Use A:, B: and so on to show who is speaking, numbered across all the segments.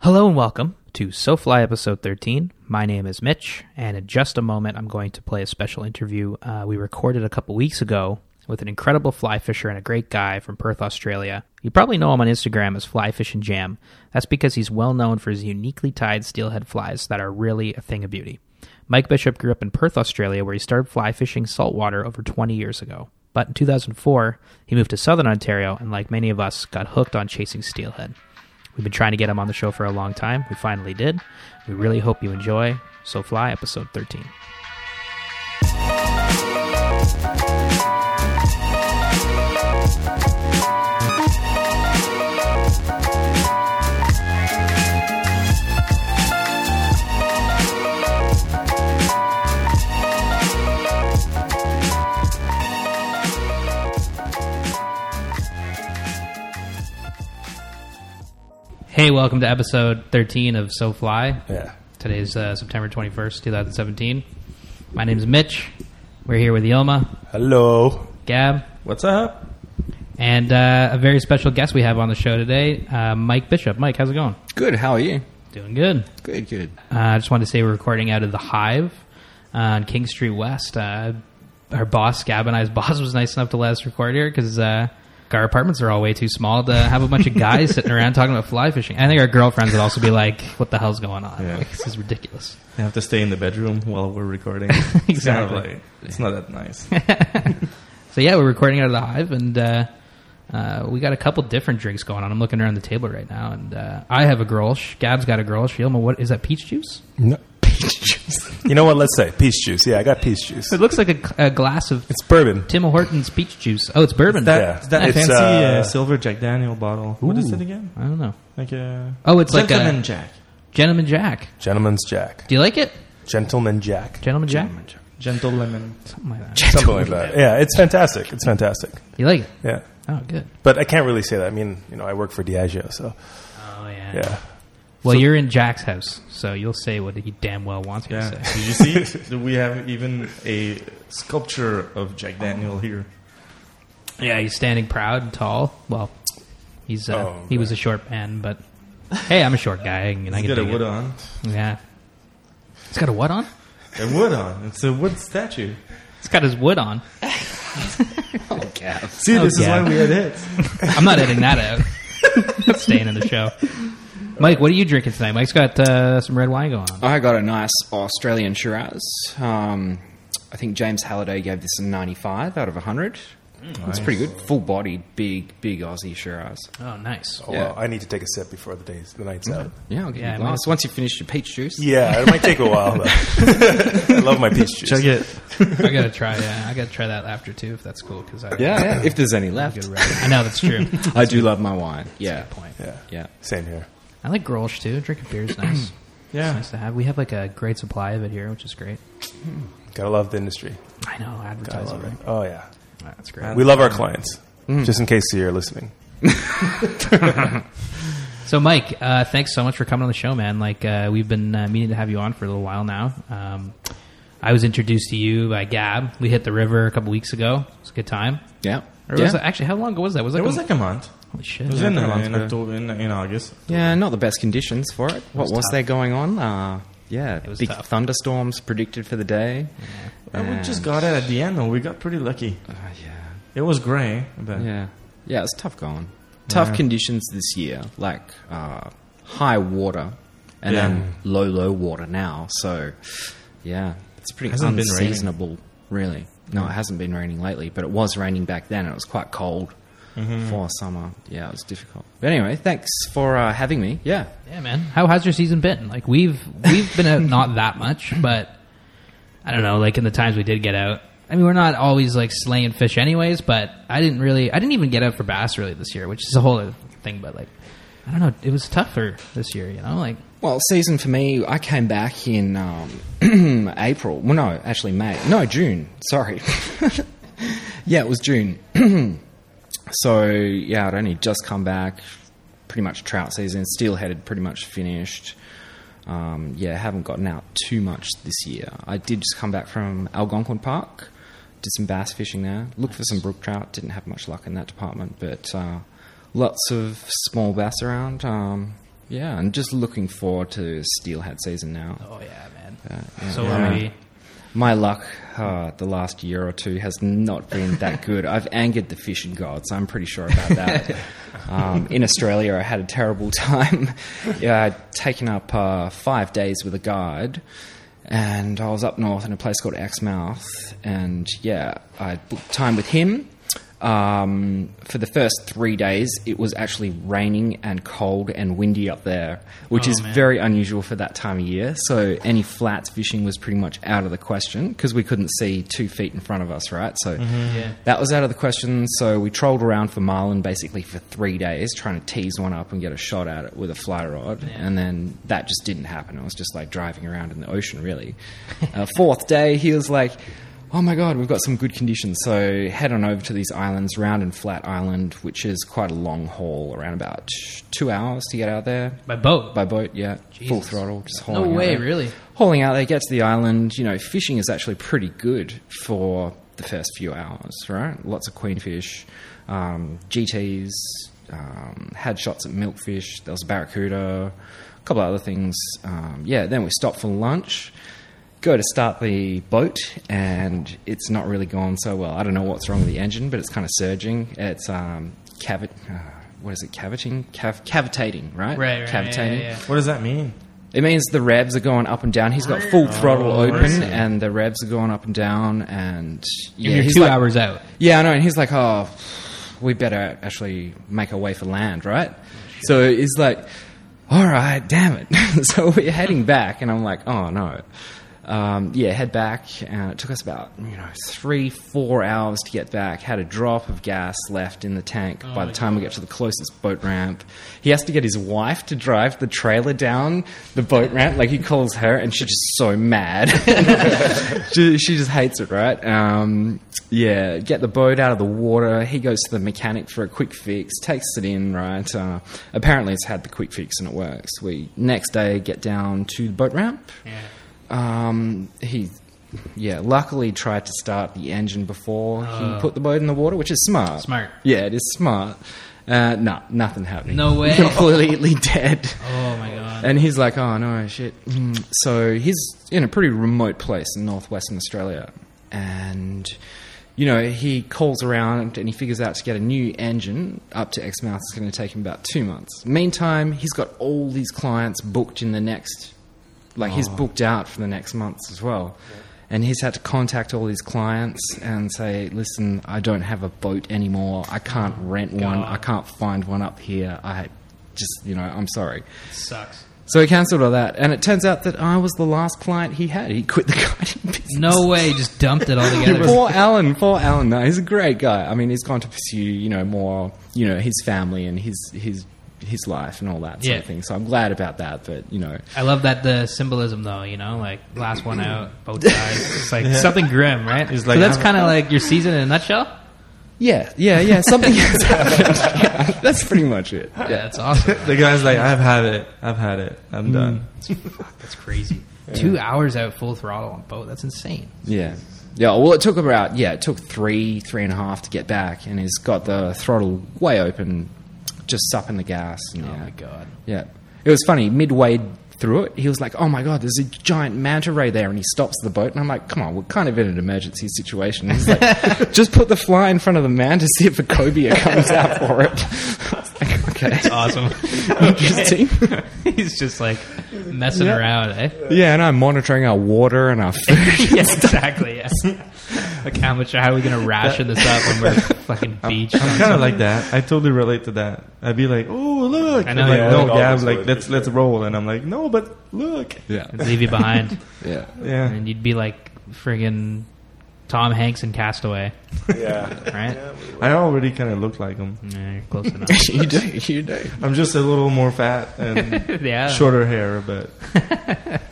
A: Hello and welcome to SoFly episode 13. My name is Mitch, and in just a moment, I'm going to play a special interview uh, we recorded a couple weeks ago with an incredible fly fisher and a great guy from Perth, Australia. You probably know him on Instagram as Fly Fish and Jam. That's because he's well known for his uniquely tied steelhead flies that are really a thing of beauty. Mike Bishop grew up in Perth, Australia, where he started fly fishing saltwater over 20 years ago. But in 2004, he moved to southern Ontario and, like many of us, got hooked on chasing steelhead. We've been trying to get him on the show for a long time. We finally did. We really hope you enjoy So Fly episode 13. Hey, welcome to episode 13 of So Fly.
B: Yeah.
A: Today's uh, September 21st, 2017. My name's Mitch. We're here with Yoma,
B: Hello.
A: Gab,
B: What's up?
A: and uh, a very special guest we have on the show today, uh, Mike Bishop. Mike, how's it going?
B: Good. How are you?
A: Doing good.
B: Good. Good.
A: Uh, I just wanted to say we're recording out of the Hive uh, on King Street West. Uh, our boss, Gab and I's boss, was nice enough to let us record here because uh, our apartments are all way too small to have a bunch of guys sitting around talking about fly fishing. I think our girlfriends would also be like, "What the hell's going on?
C: Yeah.
A: Like, this is ridiculous."
C: I have to stay in the bedroom while we're recording. It's kind of
A: Exactly.
C: like- it's not that nice.
A: So yeah, we're recording out of the Hive, and uh, uh, we got a couple different drinks going on. I'm looking around the table right now, and uh, I have a Grolsch. Gab's got a Grolsch. Yilma, what is that? Peach juice?
B: No. Peach juice. you know what? Let's say peach juice. Yeah, I got peach juice.
A: It looks like a, a glass of
B: It's bourbon.
A: Tim Hortons peach juice. Oh, it's bourbon.
C: That,
B: Yeah.
C: that
B: It's,
C: fancy
B: uh,
C: uh, silver Jack Daniel bottle. What is
A: Ooh.
C: it again?
A: I don't know.
C: Like uh, a
A: Oh, it's like a-
C: Gentleman Jack.
A: Gentleman Jack.
B: Gentleman's Jack.
A: Do you like it?
B: Gentleman Jack.
A: Gentleman Jack?
C: Gentle lemon.
A: Something like that.
B: Something like that. Yeah, it's fantastic. It's fantastic.
A: You like it?
B: Yeah.
A: Oh, good.
B: But I can't really say that. I mean, you know, I work for Diageo, so
A: Oh, yeah.
B: yeah.
A: Well, you're in Jack's house, so you'll say what he damn well wants you
C: Yeah.
A: to say.
C: Did you see? That we have even a sculpture of Jack Daniel here.
A: Yeah, he's standing proud and tall. Well, he's uh,
B: Oh,
A: he was a short man, but hey, I'm a short guy, and I
C: He's
A: can
C: got a
A: dig
C: wood
A: it.
C: on.
A: Yeah. He's got a what on?
C: A wood on. It's a wood statue.
A: He's got his wood on.
C: See, this is
A: Oh, yeah.
C: why we had hits.
A: I'm not editing that out. That's staying in the show. Mike, what are you drinking tonight? Mike's got uh, some red wine going on.
D: I got a nice Australian Shiraz. Um, I think James Halliday gave this a 95 out of 100.
A: Mm,
D: It's pretty good. Full bodied, big, big Aussie Shiraz.
A: Oh, nice.
B: Oh,
D: Yeah.
B: well, I need to take a sip before the day's the night's out.
D: Yeah, I'll give
A: Yeah,
D: you a
A: I
D: glass. Once you finish your peach juice.
B: Yeah, it might take a while. Though. I love my peach juice.
C: Chug it.
A: I gotta try. Yeah, I gotta try that after too, if that's cool. Because I
D: Yeah, yeah, if there's any
A: Good
D: left.
A: red. I know that's true.
D: I do love my wine. Yeah.
A: Point.
B: Yeah.
D: Yeah.
B: Same here.
A: I like Grolsch too. Drinking beer is nice. It's
C: Yeah.
A: nice to have. We have like a great supply of it here, which is great.
B: Gotta love the industry.
A: I know
B: I
A: advertising.
B: love it.
A: Right?
B: Oh yeah.
A: That's great.
B: We love our clients. Just in case you're listening.
A: So, Mike, uh, thanks so much for coming on the show, man. Like uh, we've been uh, meaning to have you on for a little while now. Um, I was introduced to you by Gab. We hit the river a couple weeks ago. It was a good time.
D: Yeah.
A: Or was
D: Yeah.
A: it- actually, how long ago was that? Was
C: It
A: like
C: was
A: a-
C: like a month.
A: holy shit?
C: It was
A: Yeah.
C: in,
D: a
C: uh,
D: month
C: in
D: ago.
C: October, in, in August.
D: Yeah, not the best conditions for it. What was,
A: tough.
D: there going on? Uh, yeah,
A: was
D: big
A: tough. Mm.
D: thunderstorms predicted for the day.
C: And we just
D: And-
C: got it at the end, and we got pretty lucky.
D: Uh, yeah.
C: It was grey, but
D: Yeah, yeah, it's tough going. Tough
C: Yeah.
D: conditions this year, like uh, high water, and
C: Yeah.
D: then low, low water now. So, yeah, it's pretty
C: Hasn't been raining.
D: unseasonable, really. No, it hasn't been raining lately, but it was raining back then, and it was quite cold
C: Mm-hmm.
D: for summer. Yeah, it was difficult. But anyway, thanks for uh, having me. Yeah,
A: Yeah, man. How has your season been? Like we've we've been out not that much, but I don't know. Like in the times we did get out, I mean, we're not always like slaying fish, anyways. But I didn't really, I didn't even get out for bass really this year, which is a whole other thing. But like, I don't know. It was tougher this year, you know. Like,
D: Well, season for me, I came back in um, April. Well, no, actually May. No, June. Sorry. yeah, it was June. so yeah, I'd only just come back. Pretty much trout season. Steelheaded, pretty much finished. Um, yeah, haven't gotten out too much this year. I did just come back from Algonquin Park. Did some bass fishing there. Looked for some brook trout. Didn't have much luck in that department, but uh, lots of small bass around. Um, yeah, and just looking forward to steelhead season now.
A: Oh yeah, man. so are we.
D: My luck uh, the last year or two has not been that good. I've angered the fishing gods, I'm pretty sure about that. um, in Australia, I had a terrible time. yeah, I'd taken up uh, five days with a guide, and I was up north in a place called Exmouth, and yeah, I booked time with him. Um, for the first three days, it was actually raining and cold and windy up there, which
A: Oh,
D: is
A: man.
D: very very unusual for that time of year. So any flats fishing was pretty much out of the question because we couldn't see two feet in front of us, right? So
A: Yeah.
D: that was out of the question. So we trolled around for marlin basically for three days, trying to tease one up and get a shot at it with a fly rod. And then that just didn't happen. It was just like driving around in the ocean, really. uh, fourth day, he was like, Oh my god, we've got some good conditions. So head on over to these islands, Round and Flat Island, which is quite a long haul, around about two hours to get out there
A: By boat.
D: by boat, yeah, full
A: Jesus.
D: throttle, just
A: no
D: hauling. out
A: way,
D: there.
A: really.
D: Hauling out there, get to the island. You know, fishing is actually pretty good for the first few hours, right? Lots of queenfish, um, GTs, um, had shots at milkfish. There was a barracuda, a couple of other things. Um, yeah, then we stopped for lunch. Go to start the boat, and it's not really going so well. I don't know what's wrong with the engine, but it's kind of surging. It's um, cavit. Uh, what is it? Caviting, Cav- cavitating, right?
A: Right, right.
D: Cavitating.
A: yeah, yeah, yeah.
C: What does that mean?
D: It means the revs are going up and down. He's got full throttle
C: Oh, I
D: open,
C: see.
D: and the revs are going up and down. And yeah,
A: You're
D: he's
A: two
D: like-
A: hours out.
D: Yeah, I know. And he's like, "Oh, we better actually make our way for land, right?" So he's like, "All right, damn it!" so we're heading back, and I'm like, "Oh no." Um, yeah, head back, and it took us about you know three, four hours to get back. Had a drop of gas left in the tank by the time we get to the closest boat ramp. He has to get his wife to drive the trailer down the boat ramp. Like he calls her, and she's just so mad. she, she just hates it, right? Um, yeah, get the boat out of the water. He goes to the mechanic for a quick fix, takes it in, right? Uh, apparently, it's had the quick fix and it works. We next day get down to the boat ramp.
A: Yeah.
D: Um, he, yeah, luckily tried to start the engine before he put the boat in the water, which is smart.
A: Uh. Smart.
D: Yeah, it is smart. Uh, no, nothing happened.
A: No way.
D: Completely dead.
A: Oh my god.
D: And he's like, oh no, shit. Mm. So he's in a pretty remote place in northwestern Australia. And, you know, he calls around and he figures out to get a new engine up to Exmouth. It's going to take him about two months. Meantime, he's got all these clients booked in the next, like, he's booked out for the next months as well. And he's had to contact all his clients and say, listen, I don't have a boat anymore. I can't rent one. I can't find one up here. I just, you know, I'm sorry.
A: sucks.
D: So he cancelled all that, and it turns out that I was the last client he had. He quit the guiding business.
A: No way. Just dumped it all together.
D: Poor Alan, poor Alan. No, he's a great guy. I mean, he's gone to pursue, you know, more, you know, his family and his his his life and all that sort
A: Yeah.
D: of thing. So I'm glad about that. But you know,
A: I love that the symbolism though, you know, like last one out, both sides. It's like something grim, right?
C: It's
A: so
C: like-
A: that's kind of like your season in a nutshell.
D: yeah, yeah, yeah. Something has happened. Yeah, that's pretty much it.
A: Yeah, that's awesome.
C: The guy's like, I've had it. I've had it. I'm done.
A: That's crazy. Two hours out full throttle on boat. That's insane.
D: Yeah. Yeah, well, it took about, yeah, it took three, three and a half to get back, and he's got the throttle way open, just supping the gas. And,
A: Oh
D: yeah.
A: my god.
D: Yeah. It was funny. Midway through it, he was like, oh my God, there's a giant manta ray there. And he stops the boat. And I'm like, come on, we're kind of in an emergency situation. He's like, just put the fly in front of the man to see if a cobia comes out for it. I was like, okay.
A: Awesome.
D: Interesting.
A: He's just like messing
D: Yeah.
A: around, eh?
D: Yeah, and I'm monitoring our water and our food.
A: yes, exactly. Yes. like how much? How are we gonna ration this up when we're fucking beach?
C: I'm kind of like that. I totally relate to that. I'd be like, "Oh, look!"
A: I know,
C: I'm like,
A: yeah,
C: no,
B: like,
C: Gab,
B: always
C: like
B: would.
C: let's let's roll, and I'm like, "No, but look."
D: Yeah.
A: leave you behind,
D: Yeah.
C: Yeah,
A: and you'd be like friggin' Tom Hanks in Castaway,
B: Yeah.
A: right?
C: I already kind of look like him.
A: Yeah, you're close enough.
D: you do. You do.
C: I'm just a little more fat and
A: yeah.
C: shorter hair, but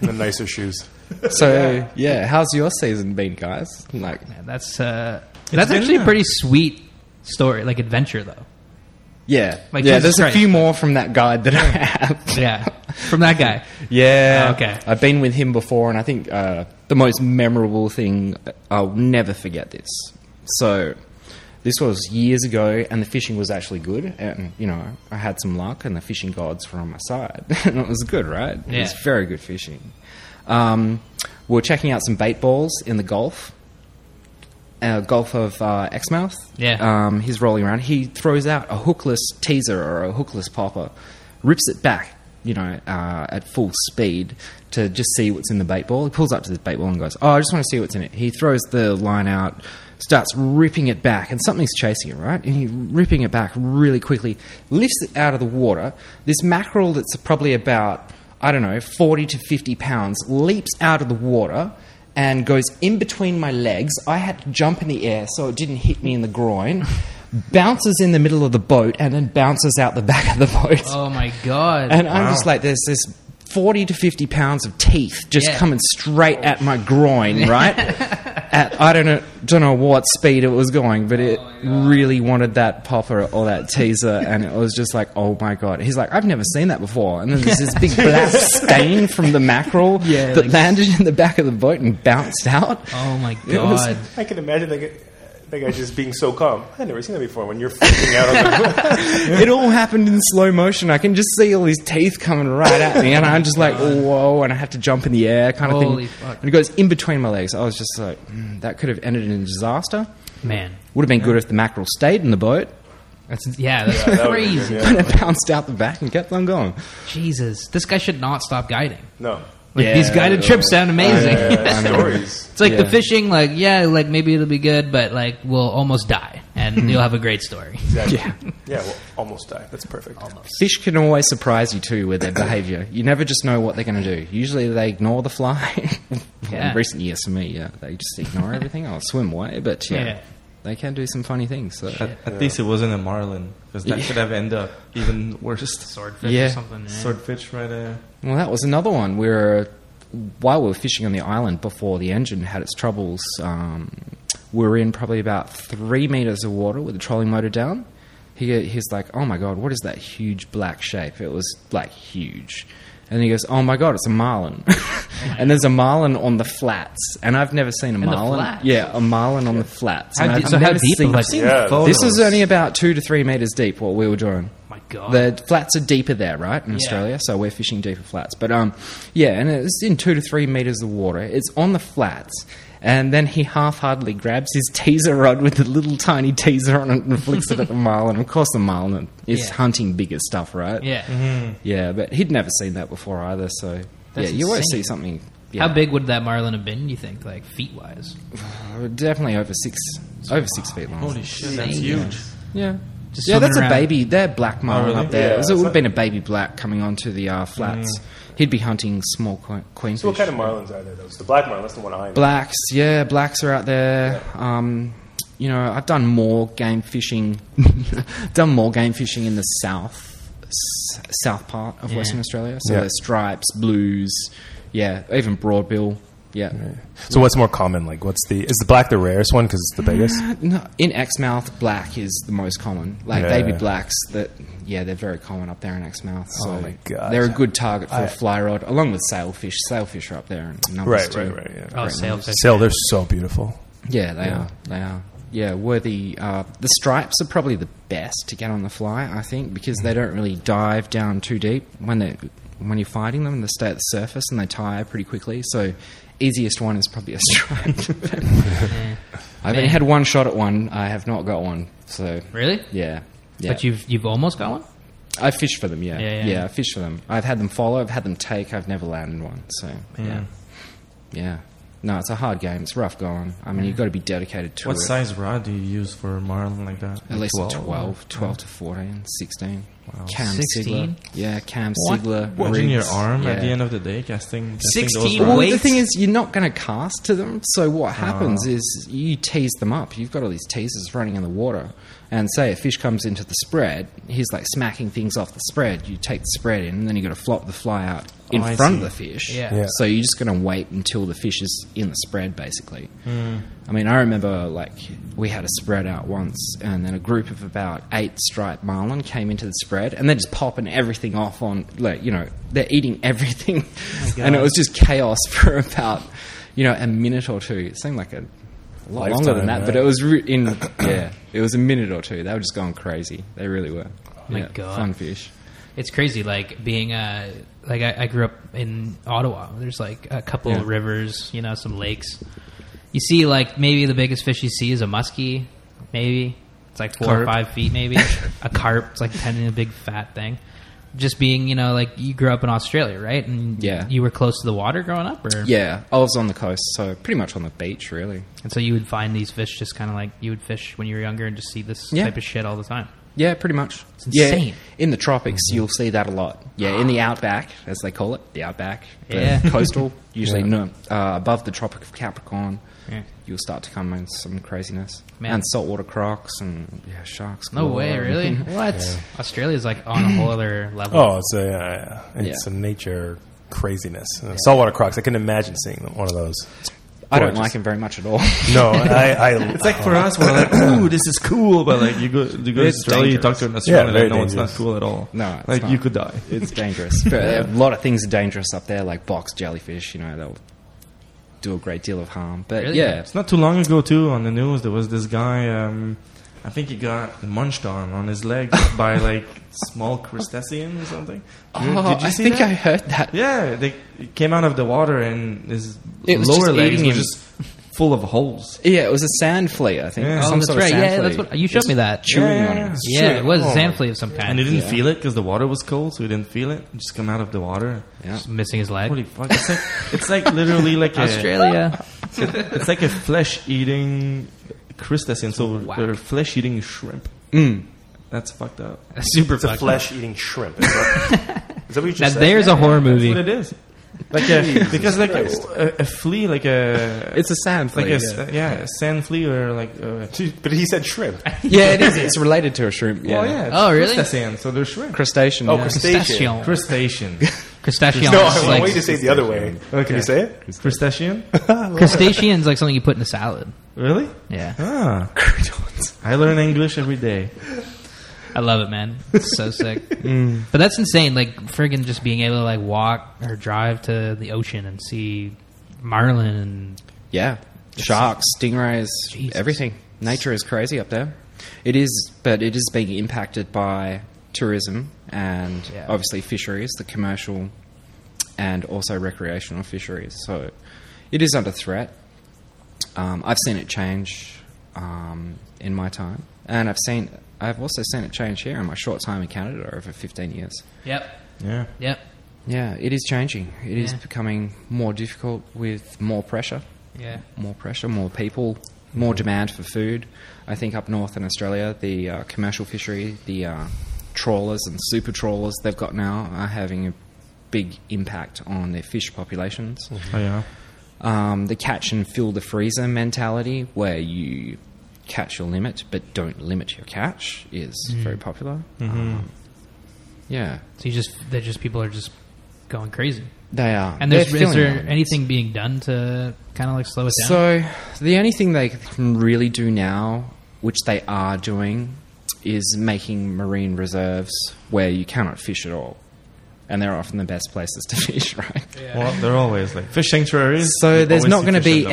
B: the nicer shoes.
D: So, yeah. how's your season been, guys? Like,
A: Yeah, That's uh, that's
C: been
A: actually a
C: a-
A: pretty sweet story, like adventure though.
D: yeah.
A: Like
D: yeah,
A: Jesus
D: there's
A: Christ.
D: a few more from that guide that I have.
A: Yeah, from that guy.
D: Yeah.
A: Oh, Okay.
D: I've been with him before, and I think uh, the most memorable thing, I'll never forget this. So, This was years ago, and the fishing was actually good. And you know, I had some luck, and the fishing gods were on my side, and it was good, right? It was
A: Yeah.
D: very good fishing. Um, we were checking out some bait balls in the Gulf, uh, Gulf of uh, Exmouth.
A: Yeah.
D: Um, he's rolling around. He throws out a hookless teaser or a hookless popper, rips it back, you know, uh, at full speed to just see what's in the bait ball. He pulls up to this bait ball and goes, Oh, I just want to see what's in it. He throws the line out, starts ripping it back, and something's chasing it, right? And he's ripping it back really quickly, lifts it out of the water. This mackerel that's probably about, I don't know, 40 to 50 pounds leaps out of the water and goes in between my legs. I had to jump in the air so it didn't hit me in the groin. bounces in the middle of the boat and then bounces out the back of the boat.
A: Oh my god.
D: And I'm just like, there's this 40 to 50 pounds of teeth just
A: Yeah.
D: coming straight at my groin, right? at I don't know, don't know what speed it was going, but it really wanted that popper or that teaser, and it was just like, oh my god. He's like, I've never seen that before. And then there's this big black stain from the mackerel
A: Yeah,
D: that
A: like-
D: landed in the back of the boat and bounced out.
A: oh my
D: It was-
A: god.
B: I can imagine that guy, that guy just being so calm. I've never seen that before. When you're freaking out, on the,
D: it all happened in slow motion. I can just see all these teeth coming right at me, and I'm just like, whoa, and I have to jump in the air, kind of
A: Holy
D: thing.
A: fuck.
D: And it goes in between my legs. I was just like, "Hmm, that could have ended in disaster.
A: Man.
D: Would have been good if the mackerel stayed in the boat,
A: That's yeah, that's
B: that would've been
A: crazy.
B: good,
D: but it bounced out the back and kept on going.
A: Jesus. This guy should not stop guiding.
B: no,
A: Like
D: Yeah.
A: these guided trips sound amazing.
B: yeah, stories.
A: It's like the
D: Yeah.
A: fishing, like, yeah, like maybe it'll be good, but like we'll almost die and you'll have a great story.
B: Exactly.
D: Yeah.
B: yeah. Well, almost die. That's perfect.
D: Fish can always surprise you too with their behavior. You never just know what they're going to do. Usually they ignore the fly.
A: Yeah.
D: In recent years for me, yeah, they just ignore everything. I'll swim away, but yeah,
A: Yeah.
D: they can do some funny things. So.
C: At, at least it wasn't a marlin, because that could have ended up even worse.
A: Swordfish
D: Yeah.
A: or something. yeah.
C: Swordfish right there.
D: Well, that was another one where, while we were fishing on the island before the engine had its troubles, um, we were in probably about three meters of water with the trolling motor down. He, he's like, "Oh my god, what is that huge black shape?" It was like huge, and he goes, "Oh my god, it's a marlin." and there's a marlin on the flats, and I've never seen a
A: the
D: marlin.
A: flats?
D: Yeah, a marlin on the flats. and
A: How
D: I've
A: deep- so how
D: never
A: deep?
D: seen-
A: Like, I've seen
B: Yeah. photos.
D: This is only about two to three meters deep. What we were doing
A: my God.
D: the flats are deeper there, right, in
A: Yeah.
D: Australia. So we're fishing deeper flats. But um, yeah, and it's in two to three meters of water. It's on the flats. And then he half-heartedly grabs his teaser rod with a little tiny teaser on it and flicks it at the marlin. Of course, the marlin is
A: Yeah.
D: hunting bigger stuff, right?
A: yeah.
D: Mm-hmm. Yeah, but he'd never seen that before either. So
A: That's
D: yeah, you always
A: insane.
D: see something. Yeah,
A: How big would that marlin have been, you think, like feet wise?
D: Definitely over six, over six feet long.
C: Holy shit, that's
A: Jeez.
C: huge.
D: Yeah.
A: Just
D: yeah,
A: swimming
D: that's
A: around. Oh,
D: a baby. They're black marlin
C: really?
D: up there.
B: Yeah,
D: It was- it
B: it's
D: would have
B: like-
D: been a baby black coming onto the uh,
A: Mm.
D: flats. He'd be hunting small qu- queenfish.
B: So what kind of marlins are there? Those the black marlin. That's the one I know.
D: blacks? Yeah, blacks are out there. Um, you know, I've done more game fishing. done more game fishing in the south, s- south part of
A: Yeah.
D: Western Australia. So
B: Yeah.
D: there's stripes, blues. Yeah, even broadbill. Yeah.
B: So what's more common? Like, what's the is the black the rarest one because it's the biggest?
D: No, in Exmouth, black is the most common. Like
B: Yeah.
D: baby blacks, that yeah, they're very common up there in Exmouth. So
B: Oh my God.
D: they're a good target for a
B: I-
D: fly rod, along with sailfish. Sailfish are up there in numbers
B: Right, right,
D: too.
B: right. Yeah.
A: Oh, sailfish.
B: Still, they're so beautiful.
D: Yeah, they are. They are. Yeah, worthy. Uh, the stripes are probably the best to get on the fly, I think, because
A: Mm.
D: they don't really dive down too deep when they when you're fighting them. They stay at the surface and they tire pretty quickly. So, easiest one is probably a stripe. I've only had one shot at one. I have not got one. So
A: Really?
D: yeah. Yeah.
A: But you've you've almost got one?
D: I fish for them, yeah.
A: Yeah,
D: Yeah,
A: yeah.
D: I fish for them. I've had them follow, I've had them take, I've never landed one. So,
A: Mm.
D: yeah. Yeah. No, it's a hard game. It's rough going. I
A: Mm.
D: mean, you've got to be dedicated to
C: What
D: it.
C: size rod do you use for a marlin like that?
D: At least 12, 12, to 14, 16. Cam
A: 16?
D: Sigler. Yeah, Cam
A: What?
D: Sigler.
C: Watching your
D: rigs.
C: arm at
D: Yeah.
C: the end of the day, casting. casting
A: 16
C: those
D: Well,
C: rods.
A: Wait.
D: the thing is, you're not going to cast to them. So
C: Oh.
D: what happens is you tease them up. You've got all these teasers running in the water, and say a fish comes into the spread, he's like smacking things off the spread. You take the spread in, and then you got to flop the fly out in
C: Oh, I
D: front
C: see.
D: of the fish.
A: Yeah. Yeah.
D: So you're just going to wait until the fish is in the spread, basically.
C: Hmm.
D: I mean, I remember like we had a spread out once, and then a group of about eight striped marlin came into the spread, and they're just popping everything off on like you know they're eating everything,
A: Oh
D: and it was just chaos for about you know a minute or two. It seemed like a a lot longer than that,
C: Lifetime,
D: but
C: right?
D: it was re- in yeah, it was a minute or two. They were just going crazy. They really were.
A: Oh my
D: Yeah,
A: God.
D: fun fish.
A: It's crazy, like being uh, like I, I grew up in Ottawa. There's like a couple
D: Yeah.
A: of rivers, you know, some lakes. You see, like maybe the biggest fish you see is a muskie. Maybe it's like four or
C: Carp.
A: five feet. Maybe a carp. It's like tending a big fat thing. Just being, you know, like you grew up in Australia, right? And
D: Yeah.
A: you were close to the water growing up, or
D: Yeah, I was on the coast, so pretty much on the beach, really.
A: And so you would find these fish just kind of like you would fish when you were younger and just see this
D: Yeah.
A: type of shit all the time.
D: Yeah, pretty much. It's
A: insane.
D: in the tropics, you'll see that a lot. Yeah, in the outback, as they call it, the outback. the
A: Yeah.
D: coastal, usually no, uh, above the Tropic of Capricorn.
A: Yeah.
D: You'll start to come in some craziness.
A: Man.
D: And saltwater crocs and yeah, sharks.
A: No
D: galore.
A: way, really? What? Australia's like on a whole other level.
B: Oh, it's a uh, it's
D: Yeah.
B: a nature craziness. Uh, Saltwater crocs. I can imagine seeing them- one of those.
D: I don't
B: Gorgeous.
D: like them very much at all.
B: No, I. I
C: It's like for us, we're like, ooh, this is cool, but like you go, you go to
D: Uh-huh. It's
C: Australia, you talk to an Australian,
B: very
C: like, no, it's not
B: dangerous.
C: cool at all.
D: No, it's
C: like
D: not.
C: you could die.
D: it's dangerous. But A lot of things are dangerous up there, like box jellyfish. You know, they'll do a great deal of harm. But
A: Really?
D: yeah,
C: It's not too long ago too on the news there was this guy. Um, I think he got munched on on his leg by like small crustacean or something. Did you-
D: Oh,
C: did you
D: I
C: see
D: think
C: that?
D: I heard that.
C: Yeah, they it came out of the water and his
D: It was
C: lower
D: just
C: legs
D: eating
C: were
D: him.
C: just full of holes.
D: Yeah, it was a sand flea, I think.
C: Yeah.
A: Oh,
D: Some
A: that's
D: sort of
A: right.
D: sand
A: Yeah, that's
D: flea.
A: what you showed me that.
D: Chewing
C: Yeah,
D: on
C: yeah,
D: it.
C: yeah.
A: Yeah, it was
B: Oh.
A: a sand flea of some kind.
C: And he didn't
D: Yeah.
C: feel it because the water was cold, so he didn't feel it. He just come out of the water.
D: Yeah.
A: Just missing his leg.
C: Holy fuck! It's like, it's like literally like a,
A: Australia.
C: It's like a flesh-eating crustacean, so
A: Whack.
C: they're flesh-eating shrimp. That's fucked up.
A: Super
B: it's a
A: fucked
B: flesh eating shrimp. Is that, is that what you
A: up. Now,
B: just said?
A: there's a horror
C: That's
A: movie.
C: what it is. Like a, because like a, a flea, like a
D: It's a sand
C: like
D: flea.
C: a s- yeah. a sand flea or like a,
B: But he said shrimp.
D: yeah. it is. It's related to a shrimp. Yeah.
C: well yeah it's
A: Oh, really?
C: crustacean, so they're shrimp.
D: Crustacean.
B: Oh,
D: yeah.
B: crustacean.
A: Crustacean.
C: Crustacean,
A: Crustacean.
B: No,
A: is
B: I want
A: like,
B: you to say it the other way. Can you say it?
C: crustacean,
A: crustacean's like something you put in a salad.
C: really?
A: Yeah.
C: Ah, I learn English every day.
A: I love it, man. It's so sick. But that's insane. Like, friggin' just being able to, like, walk or drive to the ocean and see marlin and
D: Yeah. Sharks, stingrays,
A: Jesus.
D: everything. Nature is crazy up there. It is, but it is being impacted by tourism and
A: Yeah.
D: obviously fisheries, the commercial and also recreational fisheries. So it is under threat. Um, I've seen it change um, in my time, and I've seen I've also seen it change here in my short time in Canada over 15 years.
A: Yep.
C: Yeah,
A: Yep.
D: Yeah, it is changing. It is
A: Yeah.
D: becoming more difficult with more pressure
A: Yeah.
D: more pressure, more people, more demand for food. I think up north in Australia, the uh, commercial fishery, the uh, trawlers and super trawlers they've got now are having a big impact on their fish populations.
C: oh yeah.
A: Mm.
D: Um, the catch and fill the freezer mentality, where you catch your limit but don't limit your catch, is
A: Mm.
D: very popular.
A: Mm-hmm.
D: Um, yeah,
A: So you just, they're just, people are just going crazy.
D: they are.
A: And there's,
D: They're
A: is
D: filling
A: there
D: their limits.
A: anything being done to kind of, like, slow it down?
D: So the only thing they can really do now, which they are doing, is making marine reserves where you cannot fish at all, and they're often the best places to fish, right?
C: Well, they're always like fish sanctuaries.
D: So
C: You
D: there's
C: always
D: not
C: see
D: going to
C: fish
D: be
C: at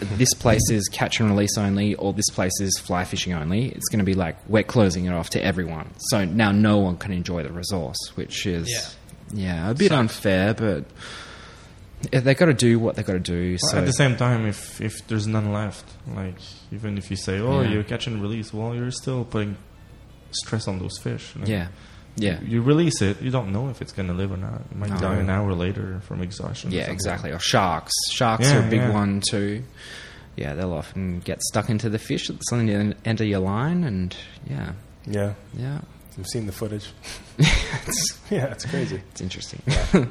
C: them.
D: any. This place is catch and release only, or this place is fly fishing only. It's going to be like we're closing it off to everyone. So now no one can enjoy the resource, which is yeah, a bit unfair, but they got to do what they got to do.
C: Well,
D: So
C: At the same time, if if there's none left, like even if you say, "Oh,
D: Yeah.
C: you catch and release," well, you're still putting stress on those fish. you know?
D: yeah, yeah.
C: You release it, you don't know if it's going to live or not. It might
D: No.
C: die an hour later from exhaustion. or
D: Yeah,
C: something.
D: exactly. Or sharks. Sharks
C: Yeah,
D: are a big
C: yeah.
D: one too. Yeah, they'll often get stuck into the fish that's on the en- end of your line, and yeah,
B: Yeah,
D: yeah,
B: I've seen the footage. yeah, it's crazy.
D: it's interesting.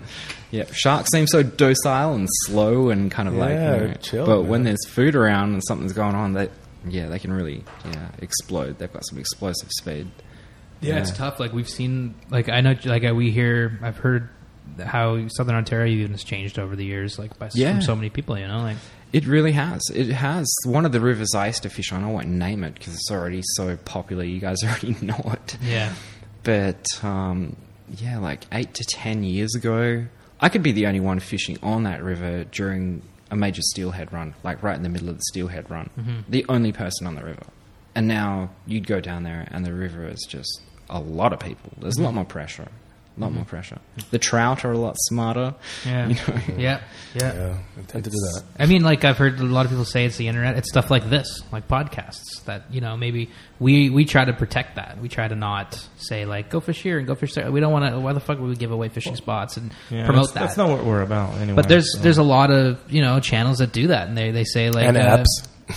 D: yeah, sharks seem so docile and slow and kind of like,
B: Yeah,
D: you know,
B: chill,
D: but
B: man.
D: when there's food around and something's going on, they yeah, they can really yeah explode. They've got some explosive speed.
A: Yeah, it's tough. Like we've seen, like I know, like I- we hear, I've heard how Southern Ontario even has changed over the years, like by s
D: Yeah.
A: from so many people. You know, like
D: It really has. It has. One of the rivers I used to fish on, I won't name it because it's already so popular. You guys already know it.
A: yeah,
D: But um, yeah, like eight to ten years ago, I could be the only one fishing on that river during a major steelhead run, like right in the middle of the steelhead run. The only person on the river. And now you'd go down there, and the river is just a lot of people. There's a lot more pressure. A lot more pressure. The trout are a lot smarter.
A: Yeah.
D: You know?
A: yeah, yeah,
B: Yeah, I tend to do that.
A: I mean, like I've heard a lot of people say it's the internet. It's stuff like this, like podcasts, that you know maybe we we try to protect that. We try to not say like go fish here and go fish there. We don't want to. Why the fuck would we give away fishing spots and
C: Yeah,
A: promote
C: that's,
A: that?
C: That's not what we're about anyway.
A: but there's
C: so-
A: there's a lot of you know channels that do that, and they they say like
B: And
A: uh,
B: apps.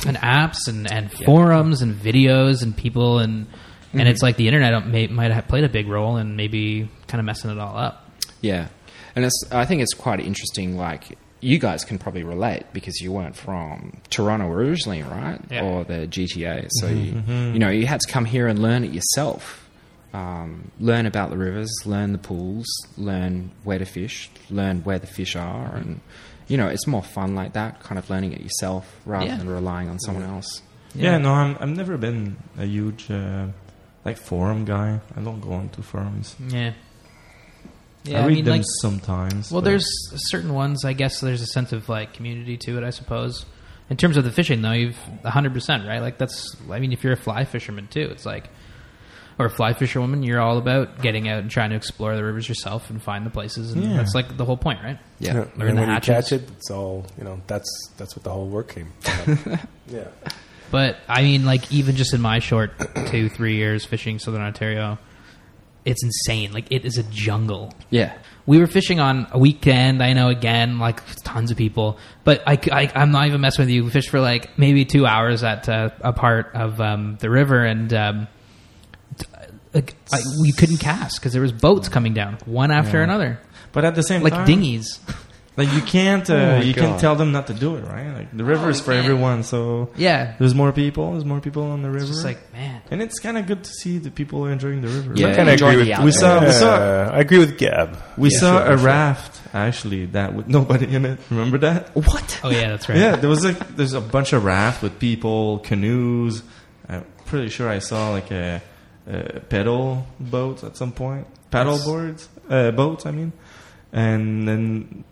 A: and apps and and forums and videos and people and and it's like the internet may, might have played a big role in maybe kind of messing it all up.
D: Yeah, and it's, I think it's quite interesting. Like you guys can probably relate because you weren't from Toronto originally, right?
A: Yeah. Mm-hmm.
D: Or the GTA, so you, you know you had to come here and learn it yourself. Um, learn about the rivers, learn the pools, learn where to fish, learn where the fish
A: Mm-hmm.
D: are, and you know it's more fun like that. Kind of learning it yourself rather
A: Yeah.
D: than relying on someone else.
C: yeah. no, I'm, I've never been a huge uh, like forum guy. I don't go on to forums.
A: Yeah, yeah.
C: I read
A: mean,
C: them
A: like
C: sometimes.
A: well,
C: but-
A: there's certain ones. I guess there's a sense of like community to it. I suppose in terms of the fishing, though, you've 100 percent right. Like that's. I mean, if you're a fly fisherman too, it's like. Or a fly fisherwoman, you're all about getting out and trying to explore the rivers yourself and find the places, and
C: Yeah.
A: that's like the whole point, right?
D: Yeah.
B: and
A: Learn the
B: when you
A: hatches.
B: catch it, it's all you know. That's that's what the whole work came. From. yeah,
A: But I mean, like even just in my short two, three years fishing Southern Ontario, it's insane. Like it is a jungle.
D: Yeah.
A: We were fishing on a weekend. I know again, like tons of people. But I, am not even messing with you. We fished for like maybe two hours at uh, a part of um, the river, and um, t- like I, we couldn't cast because there was boats coming down one after
C: Yeah.
A: another,
C: but at the same
A: like
C: time,
A: dinghies.
C: Like you can't, uh,
D: Oh my
C: you
D: God.
C: can't tell them not to do it, right? Like the river
A: Oh,
C: is for everyone, so
A: Yeah,
C: there's more people, there's more people on the river.
A: it's just like man.
C: and it's kind of good to see the people enjoying the river.
D: Yeah.
C: right?
B: Kinda
D: enjoy
B: agree
D: the
B: with-
D: outdoor.
C: we saw- Uh, so-
B: Uh, I agree with Gab.
C: we
B: Yeah.
C: saw
B: Sure,
C: a
B: sure.
C: raft actually that with nobody in it. Remember that?
D: What?
A: Oh yeah, that's right.
C: Yeah, there was like there's a bunch of raft with people, canoes. I'm pretty sure I saw like a, a pedal boat at some point, paddle
A: Yes.
C: boards, uh, boats. I mean, and then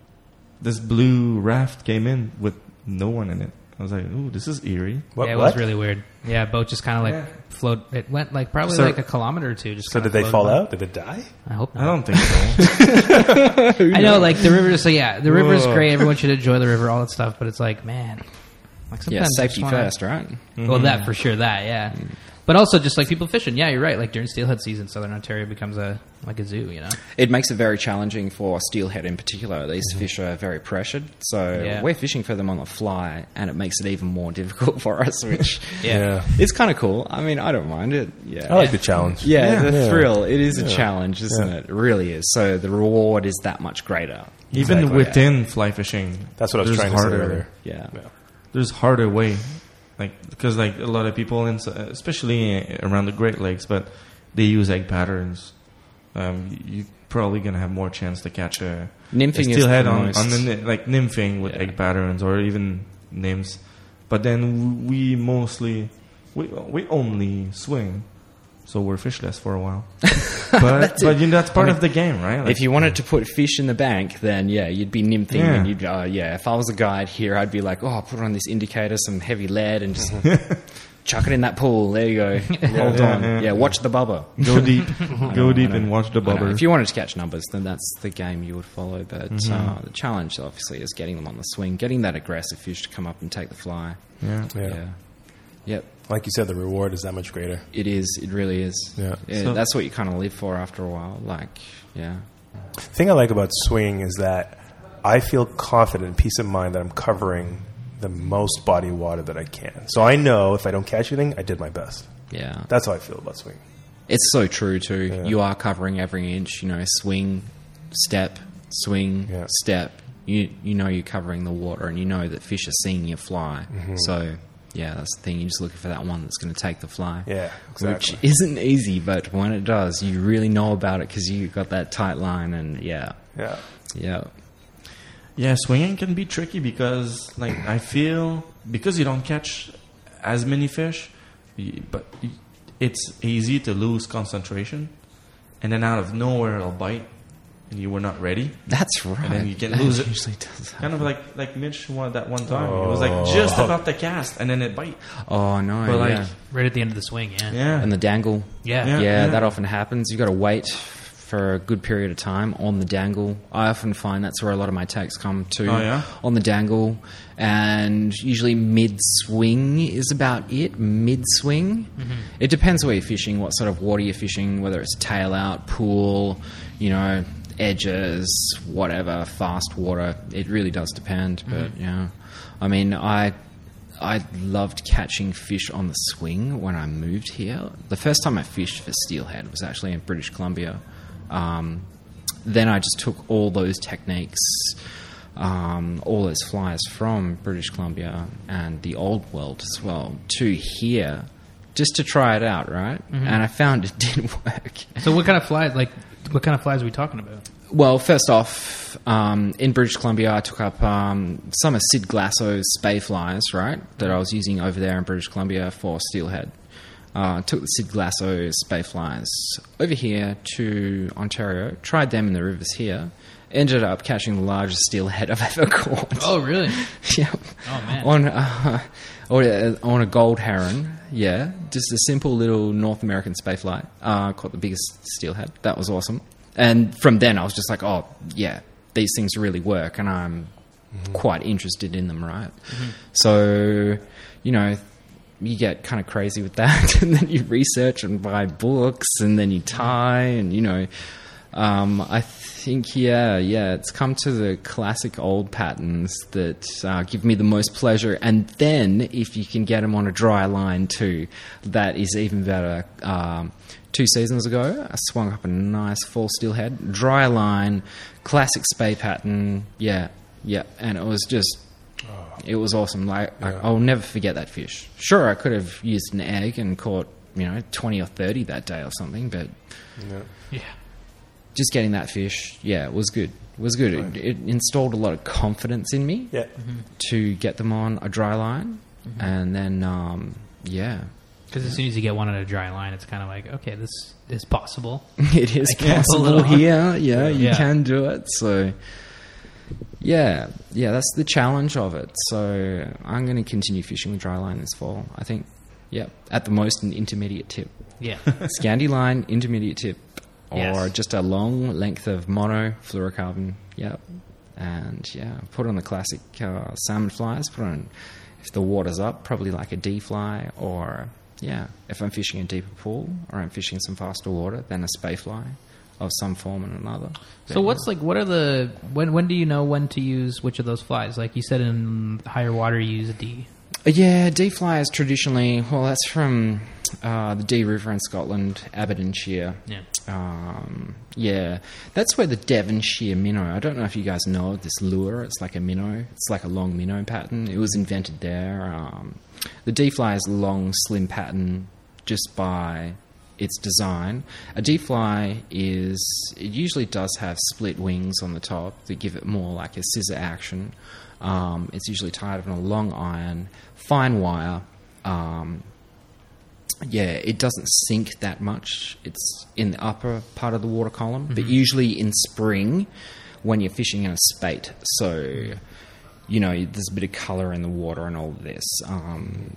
C: this blue raft came in with no one in it. I was like, "Ooh, this is eerie."
B: What?
A: yeah, it
B: what?
A: was really weird. Yeah, boat just kind of like
C: Yeah.
A: float. It went like probably
C: So-
A: like a kilometer or two. Just
B: so
A: kinda
B: did they
A: floated
B: fall
A: by.
B: out? Did it die?
A: I hope
C: I
A: not.
C: don't think so.
A: I, know, like the river. So yeah, the river is
C: Whoa.
A: great. Everyone should enjoy the river, all that stuff. But it's like, man, like sometimes
D: Yeah,
A: you just
D: safety
A: wanna-
D: first, right?
A: Well, that for sure. That yeah. But also just like people fishing. Yeah, you're right. Like during steelhead season, Southern Ontario becomes a like a zoo. You know.
D: it makes it very challenging for steelhead in particular. These fish are very pressured, so
A: Yeah.
D: we're fishing for them on the fly, and it makes it even more difficult for us. Which
A: Yeah.
D: it's kind of cool. I mean, I don't mind it.
B: I
D: Yeah,
B: like the challenge.
D: yeah, the
B: Oh, Yeah.
D: thrill. It is a
B: Yeah.
D: challenge, isn't
B: Yeah.
D: it? It really is. So the reward is that much greater.
C: Even
D: Exactly.
C: within fly fishing,
B: That's what I was
C: there's
B: trying to say
C: harder,
B: earlier.
D: Yeah.
B: Yeah.
C: There's harder way, like because like a lot of people, in, especially around the Great Lakes, but they use egg patterns. Um, you're probably gonna have more chance to catch a, a
D: Nymphing is
C: steelhead
D: the
C: on,
D: most-
C: on the ni- like nymphing with
D: Yeah.
C: egg patterns or even nymphs. But then we mostly we we only swing, so we're fishless for a while. but but you know, that's part of the game, right? Like,
D: If you wanted to put fish in the bank, then yeah, you'd be nymphing,
C: Yeah.
D: and you'd uh, yeah. If I was a guide here, I'd be like, oh, I'll put on this indicator, some heavy lead, and just chuck it in that pool. There you go. Hold
C: Yeah,
D: on.
C: yeah.
D: yeah, watch the bubber.
C: go deep, go deep and watch the
D: I know,
C: bubble.
D: If you wanted to catch numbers, then that's the game you would follow. But
C: Mm-hmm.
D: uh, the challenge, obviously, is getting them on the swing, getting that aggressive fish to come up and take the fly.
C: Yeah.
B: Yeah.
D: Yep,
B: Like you said, the reward is that much greater.
D: it is. It really is.
B: Yeah.
C: So-
D: that's what you kind of live for after a while. Like, yeah.
B: thing I like about swinging is that I feel confident, peace of mind that I'm covering the most body water that I can. So I know if I don't catch anything, I did my best.
D: Yeah.
B: That's how I feel about swinging.
D: It's so true, too. You are covering every inch, you know, swing, step, swing,
B: Yeah.
D: step. You, you know you're covering the water and you know that fish are seeing your fly.
C: Mm-hmm.
D: So, yeah, that's the thing. You're just looking for that one that's going to take the fly.
B: Yeah, exactly.
D: which isn't easy, but when it does, you really know about it because you got that tight line, and yeah,
B: yeah.
D: yeah,
C: Yeah, swinging can be tricky because, like, I feel because you don't catch as many fish, y- but y- it's easy to lose concentration, and then out of nowhere it'll bite. you were not ready.
D: That's right.
C: then you can
D: That
C: lose it.
D: Usually does happen.
C: Kind of like like Mitch won that one time. It was like just about to cast, and then it bite.
D: Oh no!
C: But, like,
D: yeah.
A: Right at the end of the swing, yeah.
C: Yeah,
D: and the dangle.
A: Yeah.
D: Yeah,
C: Yeah, yeah.
D: that often happens. You've got to wait for a good period of time on the dangle. I often find that's where a lot of my takes come to.
C: Oh, yeah?
D: On the dangle. And usually mid swing is about it. Mid swing. It depends where you're fishing, what sort of water you're fishing, whether it's tail out, pool, you know, edges, whatever, fast water. It really does depend. But yeah. I mean, I I loved catching fish on the swing when I moved here. The first time I fished for steelhead was actually in British Columbia. Um, then I just took all those techniques, um, all those flies from British Columbia and the old world as well to here just to try it out, right? And I found it did work.
A: So what kind of flies? Like, what kind of flies are we talking about?
D: Well, first off, um, in British Columbia, I took up um, some of Sid Glasso's spay flies, right, that I was using over there in British Columbia for steelhead. Uh, took the Sid Glasso spay flies over here to Ontario, tried them in the rivers here, ended up catching the largest steelhead I've ever caught.
A: Oh, really?
D: Yep.
A: Oh, man.
D: On uh, on a, on a gold heron, yeah, just a simple little North American spayfly. Uh, caught the biggest steelhead. That was awesome. And from then, I was just like, oh yeah, these things really work, and I'm quite interested in them, right?
A: Mm-hmm.
D: So, you know. You get kind of crazy with that, and then you research and buy books, and then you tie, and you know, um, I think, yeah, yeah, it's come to the classic old patterns that uh, give me the most pleasure. And then, if you can get them on a dry line too, that is even better. Um, two seasons ago, I swung up a nice full steelhead, dry line, classic spay pattern. Yeah, yeah. And it was just, it was awesome. Like, I, I'll never forget that fish. Sure, I could have used an egg and caught, you know, 20 or 30 that day or something, but
A: Yeah.
D: just getting that fish, yeah, it was good. It was good. It, it installed a lot of confidence in me
B: Yeah.
D: to get them on a dry line, and then um, yeah,
A: Because as soon as you get one on a dry line, it's kind of like, okay, this is possible.
D: it is
A: I can't pull it
D: possible
A: off.
D: here. Yeah, you
A: Yeah.
D: can do it. So yeah, yeah, that's the challenge of it. So I'm going to continue fishing with dry line this fall. I think, yeah, at the most an intermediate tip,
A: Yeah.
D: Scandi line intermediate tip, or
A: Yes.
D: just a long length of mono fluorocarbon. Yep. And yeah, put on the classic uh, salmon flies. Put on if the water's up, probably like a D fly, or yeah, if I'm fishing a deeper pool or I'm fishing some faster water, then a spay fly of some form and another.
A: so what's like? What are the? When when do you know when to use which of those flies? Like you said, in higher water, you use a D.
D: Uh, Yeah, D fly is traditionally well. That's from uh, the D River in Scotland, Aberdeenshire.
A: Yeah.
D: Um, yeah, that's where the Devonshire minnow. I don't know if you guys know of this lure. It's like a minnow. It's like a long minnow pattern. It was invented there. Um, the D fly is a long, slim pattern just by its design. A D fly is it usually does have split wings on the top that give it more like a scissor action. Um, it's usually tied up in a long iron, fine wire. Um, yeah, it doesn't sink that much. It's in the upper part of the water column, but
C: Mm-hmm.
D: usually in spring when you're fishing in a spate. So, you know, there's a bit of color in the water and all of this. Um,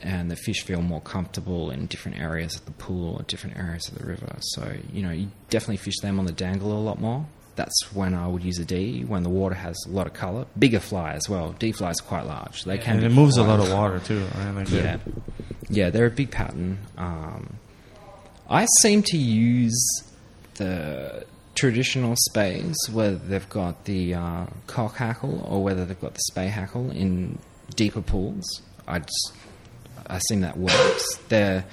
D: and the fish feel more comfortable in different areas of the pool or different areas of the river. So, you know, you definitely fish them on the dangle a lot more. That's when I would use a D, when the water has a lot of color. Bigger fly as well. D flies are quite large. They can
C: and
D: be
C: it moves a lot
D: quite-
C: of water too. Right? Like
D: yeah, yeah, they're a big pattern. Um, I seem to use the traditional spays, whether they've got the uh, cock hackle or whether they've got the spay hackle in deeper pools. I just I assume that works. Their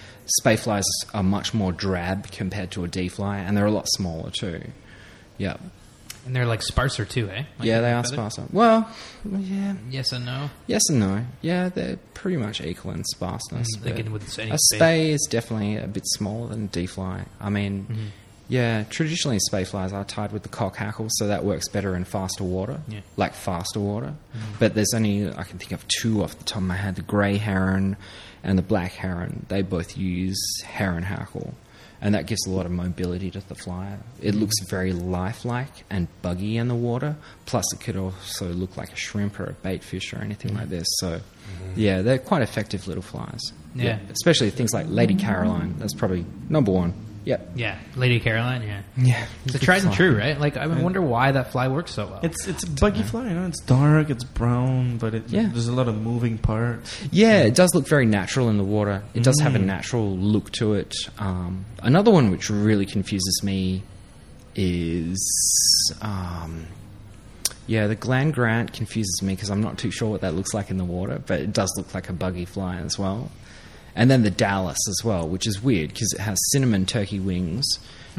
D: spay flies are much more drab compared to a D fly, and they're a lot smaller too. Yeah,
A: And they're like sparser too, eh? Like
D: yeah, they are
A: feather?
D: sparser. Well, yeah,
A: Yes and no.
D: yes and no. Yeah, they're pretty much equal in sparseness.
A: Mm, They
D: but-
A: get with any
D: a
A: space.
D: spay is definitely a bit smaller than a D fly. I mean, yeah, traditionally spay flies are tied with the cock hackle, so that works better in faster water,
A: Yeah.
D: like faster water. But there's only, I can think of two off the top of my head the grey heron and the black heron. They both use heron hackle. and that gives a lot of mobility to the flyer. It looks very lifelike and buggy in the water. Plus, it could also look like a shrimp or a bait fish or anything like this. So, yeah, they're quite effective little flyers.
A: Yeah.
D: especially things like Lady Caroline. That's probably number one. Yep.
A: Yeah, Lady Caroline. Yeah,
D: Yeah,
A: it's a
D: good
A: tried and
D: flyer.
A: true, right? Like I wonder why that fly works so well.
C: It's it's a buggy fly. You know? It's dark. It's brown, but it,
D: Yeah.
C: there's a lot of moving parts.
D: Yeah, it does look very natural in the water. It does
A: Mm.
D: have a natural look to it. Um, another one which really confuses me is, um, yeah, the Glen Grant confuses me because I'm not too sure what that looks like in the water, but it does look like a buggy fly as well. And then the Dallas as well, which is weird because it has cinnamon turkey wings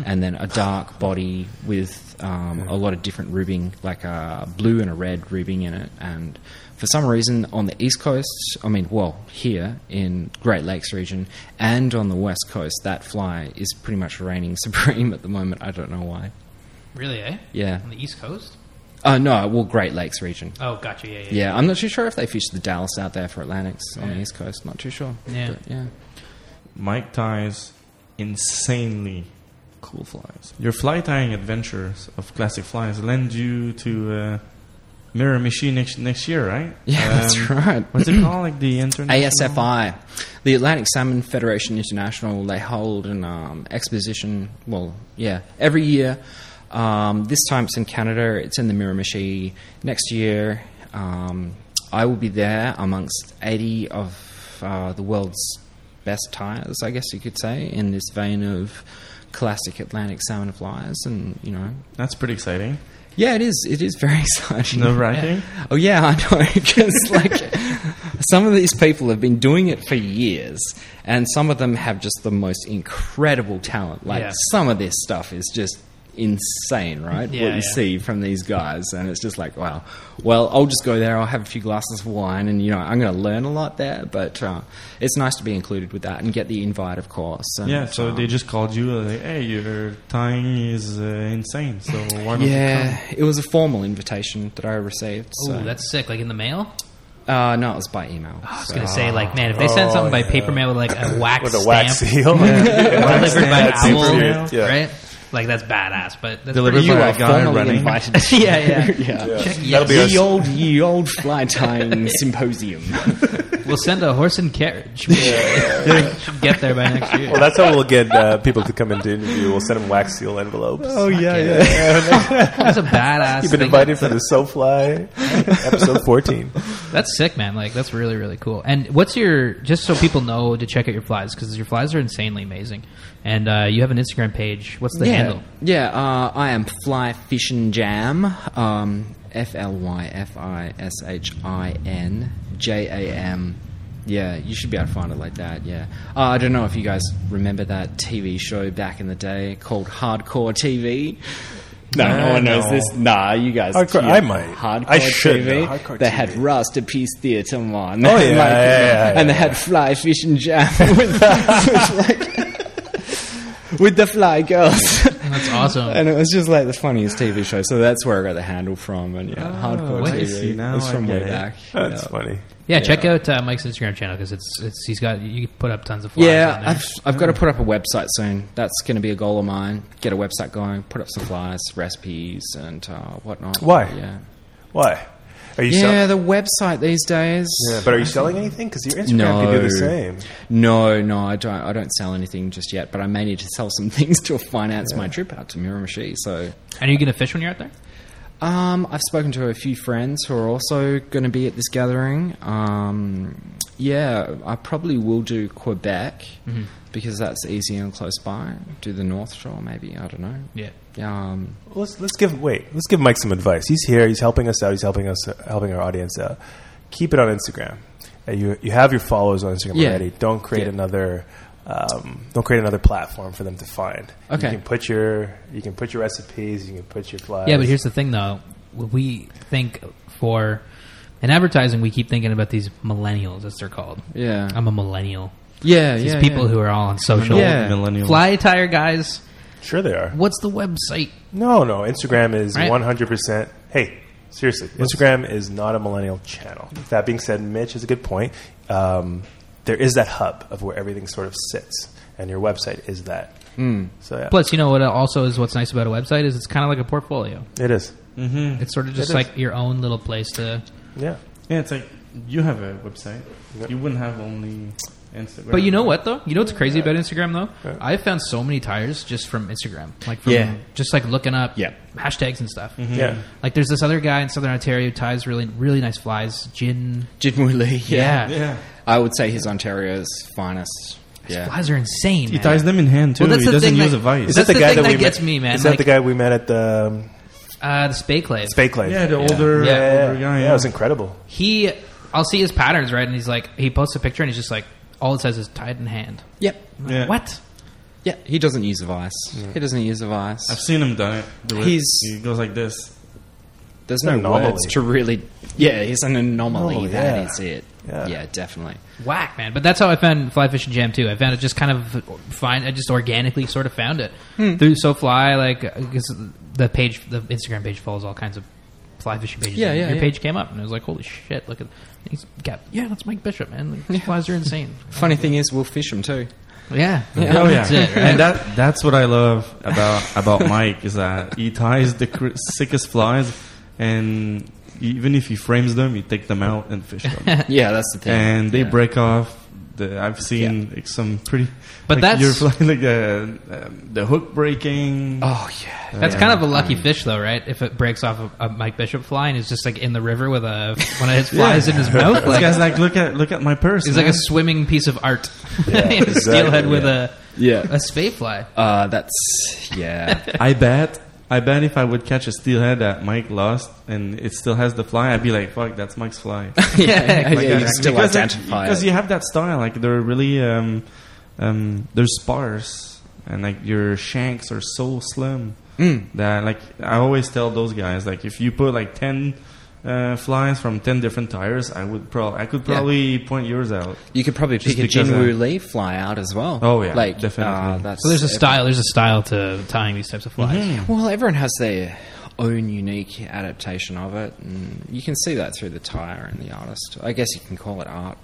D: and then a dark body with um, a lot of different ribbing, like a blue and a red ribbing in it. And for some reason, on the East Coast, I mean, well, here in Great Lakes region and on the West Coast, that fly is pretty much reigning supreme at the moment. I don't know why.
A: really, eh?
D: Yeah.
A: On the East Coast.
D: Uh, no, well, Great Lakes region.
A: Oh, gotcha. Yeah, yeah. yeah.
D: Yeah, I'm not too sure if they fish the Dallas out there for Atlantics on the
A: Yeah.
D: East Coast. Not too sure.
A: Yeah.
D: But, yeah.
C: Mike ties, insanely cool flies. Your fly tying adventures of classic flies lend you to uh, Mirror Machine next next year, right?
D: Yeah,
C: Um,
D: that's right.
C: What's it called? Like the international
D: ASFI, the Atlantic Salmon Federation International, they hold an um, exposition. Well, yeah, every year. Um, this time it's in Canada. It's in the Miramichi. Next year, um, I will be there amongst eighty of uh, the world's best tires, I guess you could say, in this vein of classic Atlantic salmon flies, and you know,
C: That's pretty exciting.
D: yeah, it is. It is very exciting.
C: Nerve wracking.
D: Oh yeah, I know. Because like some of these people have been doing it for years, and some of them have just the most incredible talent. Like
A: Yeah.
D: some of this stuff is just insane, right?
A: Yeah,
D: what you
A: yeah.
D: see from these guys, and it's just like wow. Well, I'll just go there. I'll have a few glasses of wine, and you know, I'm going to learn a lot there. But uh, it's nice to be included with that and get the invite, of course. And,
C: Yeah, so
D: um,
C: they just called you. uh, Like, hey, your tying is uh, insane. So why not?
D: Yeah, it was a formal invitation that I received.
A: Ooh,
D: So.
A: that's sick. Like in the mail.
D: Uh, no, it was by email.
A: I was gonna say, like, man, if they send
B: Oh,
A: something by
B: yeah.
A: paper mail with like a wax
B: with a
A: stamp
B: wax seal. Wax
A: delivered by
B: stamp,
A: an
B: super
A: owl,
B: weird, yeah.
A: right? Like that's badass. But that's
C: Delivered
A: pretty-
C: by-
D: you
C: a
D: are
C: guy
D: formally
C: running.
D: invited.
A: Yeah, yeah.
D: yeah.
B: Yeah.
A: Check
B: That'll be
D: Ye
B: us.
D: old, ye old fly tying symposium.
A: We'll send a horse and carriage. Should get there by next year.
B: Well, that's how we'll get uh, people to come in to interview. We'll send them wax seal envelopes.
D: Oh,
C: Oh,
D: yeah,
A: That's a badass.
B: You've been
A: thing.
B: invited for the SoFly episode 14.
A: That's sick, man. Like that's really really cool. And what's your just so people know to check out your flies because your flies are insanely amazing. And uh, you have an Instagram page. What's the handle?
D: Yeah, uh, I am Fly Fishin' Jam. Um, F L Y F I S H I N J A M. Yeah, you should be able to find it like that. Yeah, uh, I don't know if you guys remember that TV show back in the day called Hardcore TV. No, no
C: Uh,
D: one knows
C: no.
D: this. Nah, you guys.
B: Hardcore-
D: yeah,
B: I might.
D: Hardcore
B: I should
D: TV.
B: know. Hardcore
D: they
B: TV.
D: had Rust a Peace Theatre one.
B: Oh, yeah, yeah, yeah,
D: and they had Fly Fish and Jam with, with like with the fly girls.
A: That's awesome.
D: and it was just like the funniest TV show. So that's where I got the handle from. And yeah,
C: Oh.
D: hardcore
A: I
D: TV.
C: see. Now
D: it was
C: I
D: from way
C: get it.
D: back.
B: That's
D: yeah.
B: funny.
A: yeah, check out uh, Mike's Instagram channel because it's it's he's got you can put up tons of flies.
D: Yeah,
A: on there.
D: I've, I've got to put up a website soon. That's going to be a goal of mine. Get a website going, put up some flyers, recipes, and uh, whatnot.
B: Why?
D: Yeah,
B: Why? Are you
D: yeah.
B: selling?
D: The website these days.
B: Yeah, but are you selling anything? Because your Instagram
D: no,
B: could do the same.
D: no, no. I don't. I don't sell anything just yet. But I may need to sell some things to finance my trip out to Miramichi. So
A: and are you gonna fish when you're out there?
D: Um, I've spoken to a few friends who are also going to be at this gathering. Um, yeah, I probably will do Quebec
A: Mm-hmm.
D: because that's easy and close by. Do the North Shore, maybe. I don't know.
A: Yeah.
D: Um,
B: Well, Let's let's give wait. Let's give Mike some advice. He's here. He's helping us out. He's helping us helping our audience out. Keep it on Instagram. Uh, you you have your followers on Instagram
D: Yeah.
B: already. Don't create
D: Yeah.
B: another. Um, don't create another platform for them to find.
D: Okay.
B: You can put your you can put your recipes. You can put your flies.
A: Yeah, but here's the thing, though. We think for in advertising, we keep thinking about these millennials, as they're called.
D: yeah.
A: I'm a millennial.
D: yeah.
A: Um, These
D: yeah,
A: people
D: yeah.
A: who are all on social.
D: Yeah.
C: Millennial.
A: Fly tire guys.
B: sure they are.
A: What's the website?
B: No, no. Instagram is
A: Right.
B: one hundred percent. Hey, seriously, Instagram is not a millennial channel. That being said, Mitch is a good point. Um, there is that hub of where everything sort of sits, and your website is that. So yeah,
A: Plus, you know what? Also, is what's nice about a website is it's kind of like a portfolio.
B: it is.
A: It's sort of just
B: is.
A: like your own little place to.
B: Yeah.
C: Yeah, it's like you have a website. You wouldn't have only Instagram.
A: But you know what though? You know what's crazy about Instagram though? I found so many tires just from Instagram, like from
D: Yeah.
A: just like looking up
D: Yeah.
A: hashtags and stuff.
B: Yeah.
A: Like there's this other guy in Southern Ontario who ties really really nice flies. Jin,
D: Jidmu Lee.
A: yeah,
C: Yeah,
D: I would say he's Ontario's finest. Yeah.
A: flies are insane.
C: he
A: man.
C: ties them in hand too.
A: Well, that's
C: he
A: the
C: doesn't
A: thing,
C: use
A: like-
C: a vice.
A: Is that- That's the thing that gets
B: met,
A: me, man.
B: Is that
A: Like-
B: the guy we met at the um,
A: uh, the Spayclave.
B: Spake Lake?
C: yeah, the older,
A: Yeah.
B: yeah,
C: older guy.
B: yeah,
C: Yeah,
B: it was incredible.
A: he, I'll see his patterns right, and he's like, he posts a picture, and he's just like, all it says is tied in hand.
D: Yep.
A: I'm like,
C: Yeah.
A: What?
D: Yeah. He doesn't use a vice. He doesn't use a vice.
C: I've seen him done it. Do it.
D: He's-
C: he goes like this.
D: There's
B: It's
D: no
B: an anomaly.
D: words to really. Yeah, he's an anomaly.
B: Oh,
D: That
B: yeah.
D: is it.
B: Yeah.
D: yeah, definitely.
A: whack, man. But that's how I found Fly Fish and Jam too. I found it just kind of find. I just organically sort of found it
D: Hmm.
A: through SoFly. Like because the page, the Instagram page follows all kinds of fly fishing pages.
D: Yeah,
A: and
D: yeah,
A: Your
D: yeah.
A: page came up, and I was like, holy shit! Look at he's got. Yeah, that's Mike Bishop, man. Like, these flies are insane.
D: Funny thing is, we'll fish him too.
A: Yeah,
C: Oh yeah,
A: That's it, right?
C: and that that's what I love about about Mike is that he ties the cr- sickest flies, and even if he frames them, he take them out and fish them,
D: Yeah, that's the thing.
C: and they
D: Yeah.
C: break off. The, I've seen like, some pretty,
A: But
C: like,
A: that's-
C: you're flying like uh, um, the hook breaking.
D: Oh yeah.
A: That's kind of a lucky fish, though, right? If it breaks off a, a Mike Bishop fly and is just like in the river with a one of his flies in his mouth,
C: This
A: like
C: guy's like, look at look at my purse.
A: he's like a swimming piece of art.
B: exactly,
A: Steelhead with
B: yeah.
A: a
D: Yeah.
A: a spay fly.
D: Uh, that's yeah.
C: I bet. I bet if I would catch a steelhead that Mike lost and it still has the fly, I'd be like, "Fuck, that's Mike's fly."
D: yeah, yeah,
A: Like,
D: yeah, You still
C: because like-
D: identify
C: because
D: it.
C: you have that style. Like they're really um, um, they're sparse, and like your shanks are so slim
D: Mm.
C: that like I always tell those guys like if you put like ten. Uh, flies from ten different tires. I would probably, I could probably point yours out.
D: You could probably pick a
C: because
D: Jin
C: of-
D: Wu Lee fly out as well.
C: Oh, yeah,
D: like
C: definitely.
D: Uh, that's
A: So there's a
D: every-
A: style. There's a style to tying these types of flies.
D: Well, everyone has their own unique adaptation of it, and you can see that through the tire and the artist. I guess you can call it art.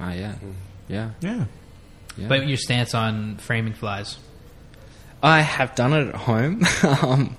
D: Oh yeah, yeah,
C: Yeah,
D: yeah.
A: But your stance on framing flies.
D: I have done it at home, um,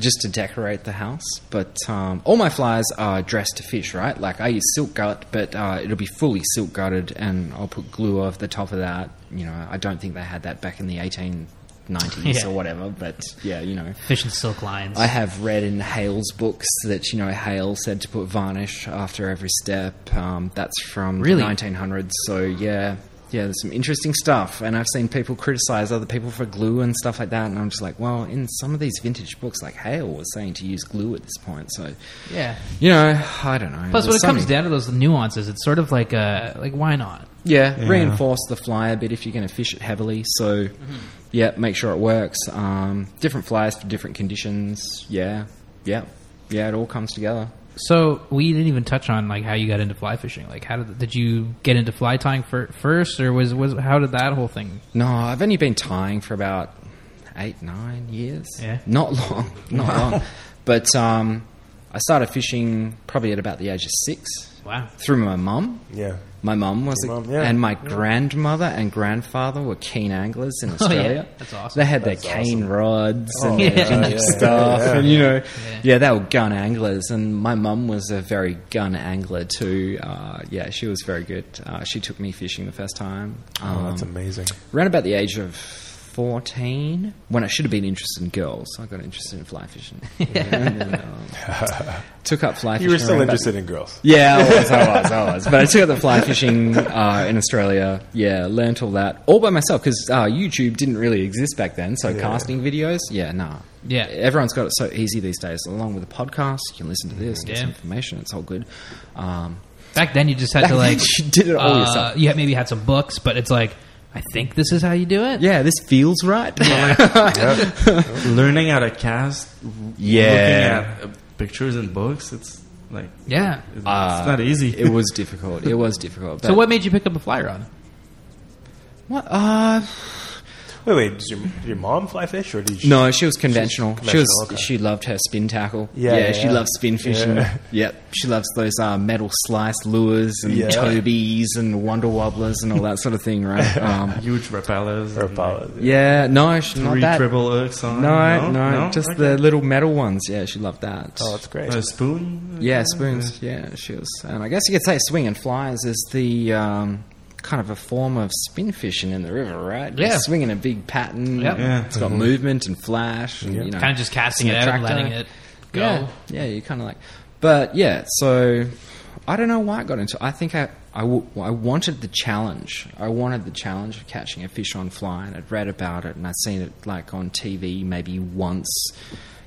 D: just to decorate the house. But um, all my flies are dressed to fish, right? Like I use silk gut, but uh, it'll be fully silk gutted, and I'll put glue over the top of that. You know, I don't think they had that back in the eighteen nineties
A: Yeah.
D: or whatever. But yeah, you know.
A: Fish and silk lines.
D: I have read in Hale's books that you know Hale said to put varnish after every step. Um, that's from
A: Really?
D: the 1900s. So yeah, yeah, there's some interesting stuff, and I've seen people criticize other people for glue and stuff like that. And I'm just like, well, in some of these vintage books, like Hale was saying to use glue at this point. So
A: yeah.
D: you know, I don't know.
A: Plus, when
D: There's
A: it comes
D: something-
A: down to those nuances, it's sort of like, uh, like why not?
D: yeah, reinforce the fly a bit if you're going to fish it heavily. So
A: Mm-hmm.
D: yeah, make sure it works. Um, different flies for different conditions. Yeah, yeah, yeah. It all comes together.
A: So we didn't even touch on like how you got into fly fishing. Like, how did did you get into fly tying fir- first, or was was how did that whole thing?
D: No, I've only been tying for about eight, nine years.
A: Yeah.
D: Not long. Not long. But um, I started fishing probably at about the age of six
A: Wow.
D: through my mum.
B: Yeah.
D: My mum was,
B: Your
D: a,
B: mum, yeah.
D: and my grandmother and grandfather were keen anglers in Australia.
A: Oh, That's awesome.
D: They had their cane rods and their
A: yeah,
D: gimmick
B: Oh, yeah,
D: stuff,
B: yeah, yeah.
D: and you know, yeah. they were gun anglers. And my mum was a very gun angler too. Uh, yeah, she was very good. Uh, she took me fishing the first time.
B: Oh,
D: Um,
B: that's amazing.
D: around about the age of 14 when i should have been interested in girls i got interested in fly fishing and then, um, took up fly fishing
B: You were still
D: around about-
B: interested in girls.
D: yeah, I was, I was, I was. But I took up the fly fishing uh, in Australia. Yeah, learnt all that all by myself because uh, YouTube didn't really exist back then. So casting videos, yeah, nah.
A: Yeah.
D: everyone's got it so easy these days. Along with a podcast, you can listen to this, get some
A: Yeah.
D: information. It's all good. Um,
A: Back then, you just had to like
D: you did it all
A: uh,
D: yourself.
A: You had- maybe had some books, but it's like I think this is how you do it.
D: Yeah, this feels right.
C: learning how to cast,
D: Yeah.
C: looking at uh, pictures and books. It's like
A: Yeah.
C: it's, it's not easy.
D: it was difficult. It was difficult.
A: So what made you pick up a fly rod?
D: What? Uh,
B: Wait, wait. Does your, did your mom fly fish or did you?
D: No, she was conventional. She was.
B: conventional, okay.
D: She loved her spin tackle.
B: Yeah,
D: Yeah,
B: yeah,
D: she
B: yeah.
D: loves spin fishing.
B: Yeah.
D: Yep, she loves those uh, metal slice lures and
B: Yeah.
D: tobies and wonder wobblers and all that sort of thing, right? Um,
C: Huge repellers.
B: Or
C: and,
B: Apollo?
D: yeah, no, she,
C: Like,
D: not
C: three
D: that.
C: triple hooks on.
D: No, no, just
C: Okay.
D: the little metal ones. Yeah, she loved that.
B: Oh, that's great.
C: A spoon?
D: yeah, spoons. Yeah, she was. And I guess you could say swing and flies is the um, kind of a form of spin fishing in the river, right? You're
A: Yeah.
D: swinging a big pattern.
A: Yep.
C: Yeah.
D: it's got movement and flash. And, you know,
A: Kind of just casting it
D: it's
A: out,
D: an
A: and
D: attractor.
A: letting it go.
D: Yeah, yeah, you kind of like, but yeah. So I don't know why I got into. I think I I, w- I wanted the challenge. I wanted the challenge of catching a fish on fly, and I'd read about it, and I'd seen it like on TV maybe once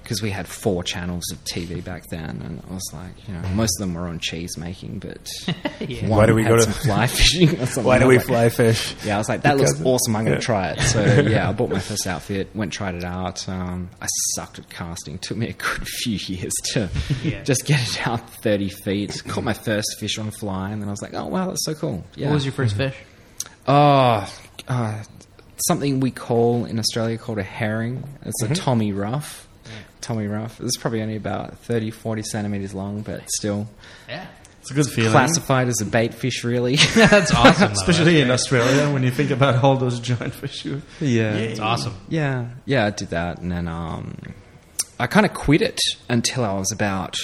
D: because we had four channels of TV back then, and I was like, you know, most of them were on cheese making, but
A: Yeah.
D: one
B: Why do we
D: had
B: go to-
D: some fly fishing? Or something.
B: Why
D: I
B: do
D: was
B: we
D: like,
B: fly fish?
D: yeah, I was like, that looks
B: Because-
D: awesome. I'm going
B: yeah.
D: to try it. So yeah, I bought my first outfit, went and tried it out. Um, I sucked at casting. Took me a good few years to
A: Yeah.
D: just get it out 30 feet. Caught my first fish on fly, and then I was like, oh wow, that's so cool. Yeah.
A: What was your first fish?
D: Oh, uh, something we call in Australia called a herring. It's
B: Mm-hmm.
D: a Tommy Ruff. Tommy Ruff. It's probably only about 30, 40 centimeters long, but still
A: Yeah,
C: It's a good feeling.
D: classified as a bait fish, really.
A: that's awesome. though.
C: Especially in Australia, when you think about all those giant fish. You,
D: yeah.
A: that's awesome.
D: Yeah, yeah, I did that, and then um, I kind of quit it until I was about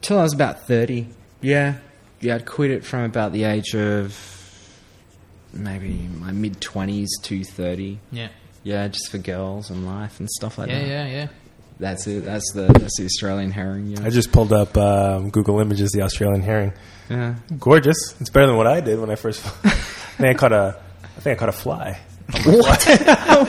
D: till I was about thirty. Yeah, yeah, I'd quit it from about the age of maybe my mid twenties to thirty.
A: Yeah,
D: Yeah, just for girls and life and stuff like
A: yeah,
D: that.
A: yeah, yeah.
D: That's it. That's the that's the Australian herring. Yeah,
B: I just pulled up um, Google Images the Australian herring.
D: yeah.
B: Gorgeous. It's better than what I did when I first. I think I caught a. I think I caught a fly
D: What?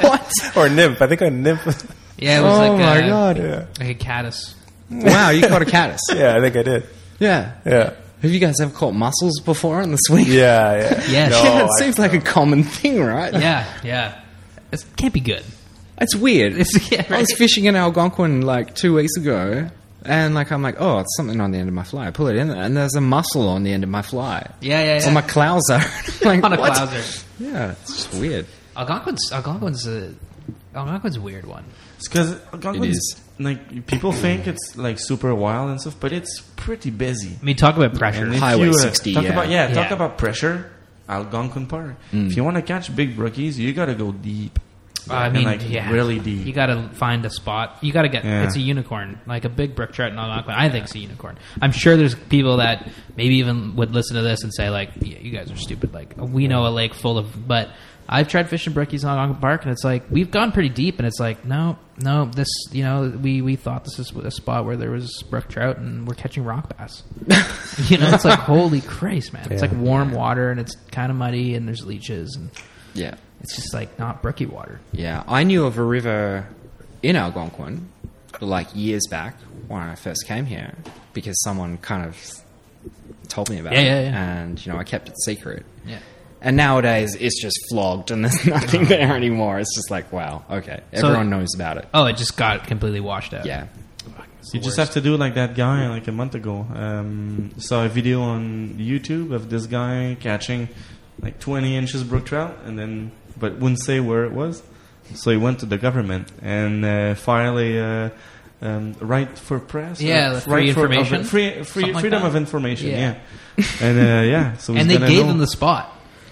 D: what?
B: or a nymph. I think a nymph.
A: Yeah, it was
D: Oh
A: like
D: my
A: a,
D: god!
B: yeah.
A: like a caddis.
D: Wow, you caught a caddis.
B: Yeah, I think I did.
D: Yeah.
B: Yeah.
D: Have you guys ever caught mussels before on the swing?
B: Yeah. Yeah.
A: Yes.
B: No,
D: yeah, it
B: I-
D: seems like a common thing, right?
A: Yeah, yeah. It can't be good.
D: It's weird.
A: It's- yeah,
D: I was
A: right.
D: fishing in Algonquin like two weeks ago, and like I'm like, oh, it's something on the end of my fly. I pull it in, and there's a mussel on the end of my fly.
A: Yeah, yeah, yeah.
D: On my clouser. like,
A: on a
D: what?
A: clouser.
D: Yeah, it's just weird.
A: Algonquin's Algonquin's a Algonquin's a weird one.
C: it's because
D: It is.
C: Like people think it's like super wild and stuff, but it's pretty busy.
A: I mean, talk about pressure.
C: And if
D: Highway
C: you, uh,
D: 60,
C: Talk
D: yeah.
C: about yeah, Mm. Talk
A: Yeah.
C: about pressure. Algonquin Park. If you want to catch big brookies, you got to go deep.
A: I
C: And,
A: mean,
C: like
A: yeah.
C: really
A: You
C: deep.
A: got to find a spot. You got to get.
C: Yeah.
A: It's a unicorn, like a big brook trout in Algonquin. I think it's a unicorn. I'm sure there's people that maybe even would listen to this and say like, "Yeah, you guys are stupid." Like we know a lake full of, but I've tried fishing brookies in Algonquin Park, and it's like we've gone pretty deep, and it's like, no, no, this, you know, we we thought this is a spot where there was brook trout, and we're catching rock bass. you know, it's like holy Christ, man! It's
B: Yeah.
A: like warm water, and it's kind of muddy, and there's leeches, and
D: Yeah.
A: it's just like not brookie water.
D: Yeah, I knew of a river in Algonquin, like years back when I first came here, because someone kind of told me about
A: Yeah,
D: it,
A: yeah, yeah.
D: and you know I kept it secret.
A: Yeah.
D: And nowadays, it's just flogged, and there's
A: Oh.
D: nothing there anymore. It's just like, wow, okay, everyone knows about it.
A: Oh, it just got completely washed out.
D: Yeah,
C: You just have to do like that guy like a month ago. Um, saw a video on YouTube of this guy catching like 20 inches brook trout, and then but wouldn't say where it was. So he went to the government and uh, filed a uh, um, right for press. uh,
A: Yeah, the free
C: right for- of-
A: information,
C: free, free
A: something like
C: freedom
A: that.
C: of information.
A: Yeah.
C: Yeah, and uh, yeah. So he's
A: and they
C: gonna
A: gave
C: know.
A: him the spot,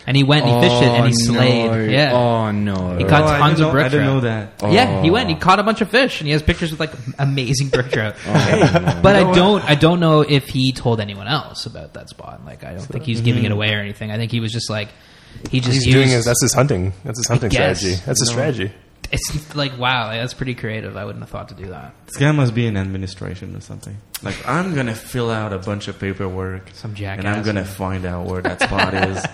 A: and he went and he fished it and he
D: Oh,
A: slayed.
D: no.
A: Yeah.
D: Oh no.
A: He
C: Oh,
A: caught
C: I didn't
A: tons of
C: know-
A: brook
C: I didn't
A: trout.
C: know that.
A: Yeah, he went. And he caught a bunch of fish, and he has pictures with like amazing brook trout.
D: Oh.
A: but I don't, I don't know if he told anyone else about that spot. Like, I don't think he was giving it away or anything. I think he was just like, he just
B: He's
A: he
B: doing
A: was-
B: his. That's his hunting. That's his hunting
A: guess.
B: strategy. That's his strategy.
A: It's like wow, like, that's pretty creative. I wouldn't have thought to do that.
C: This guy must be in administration or something. Like, I'm gonna fill out a bunch of paperwork.
A: Some jackass.
C: And I'm gonna find out where that spot is.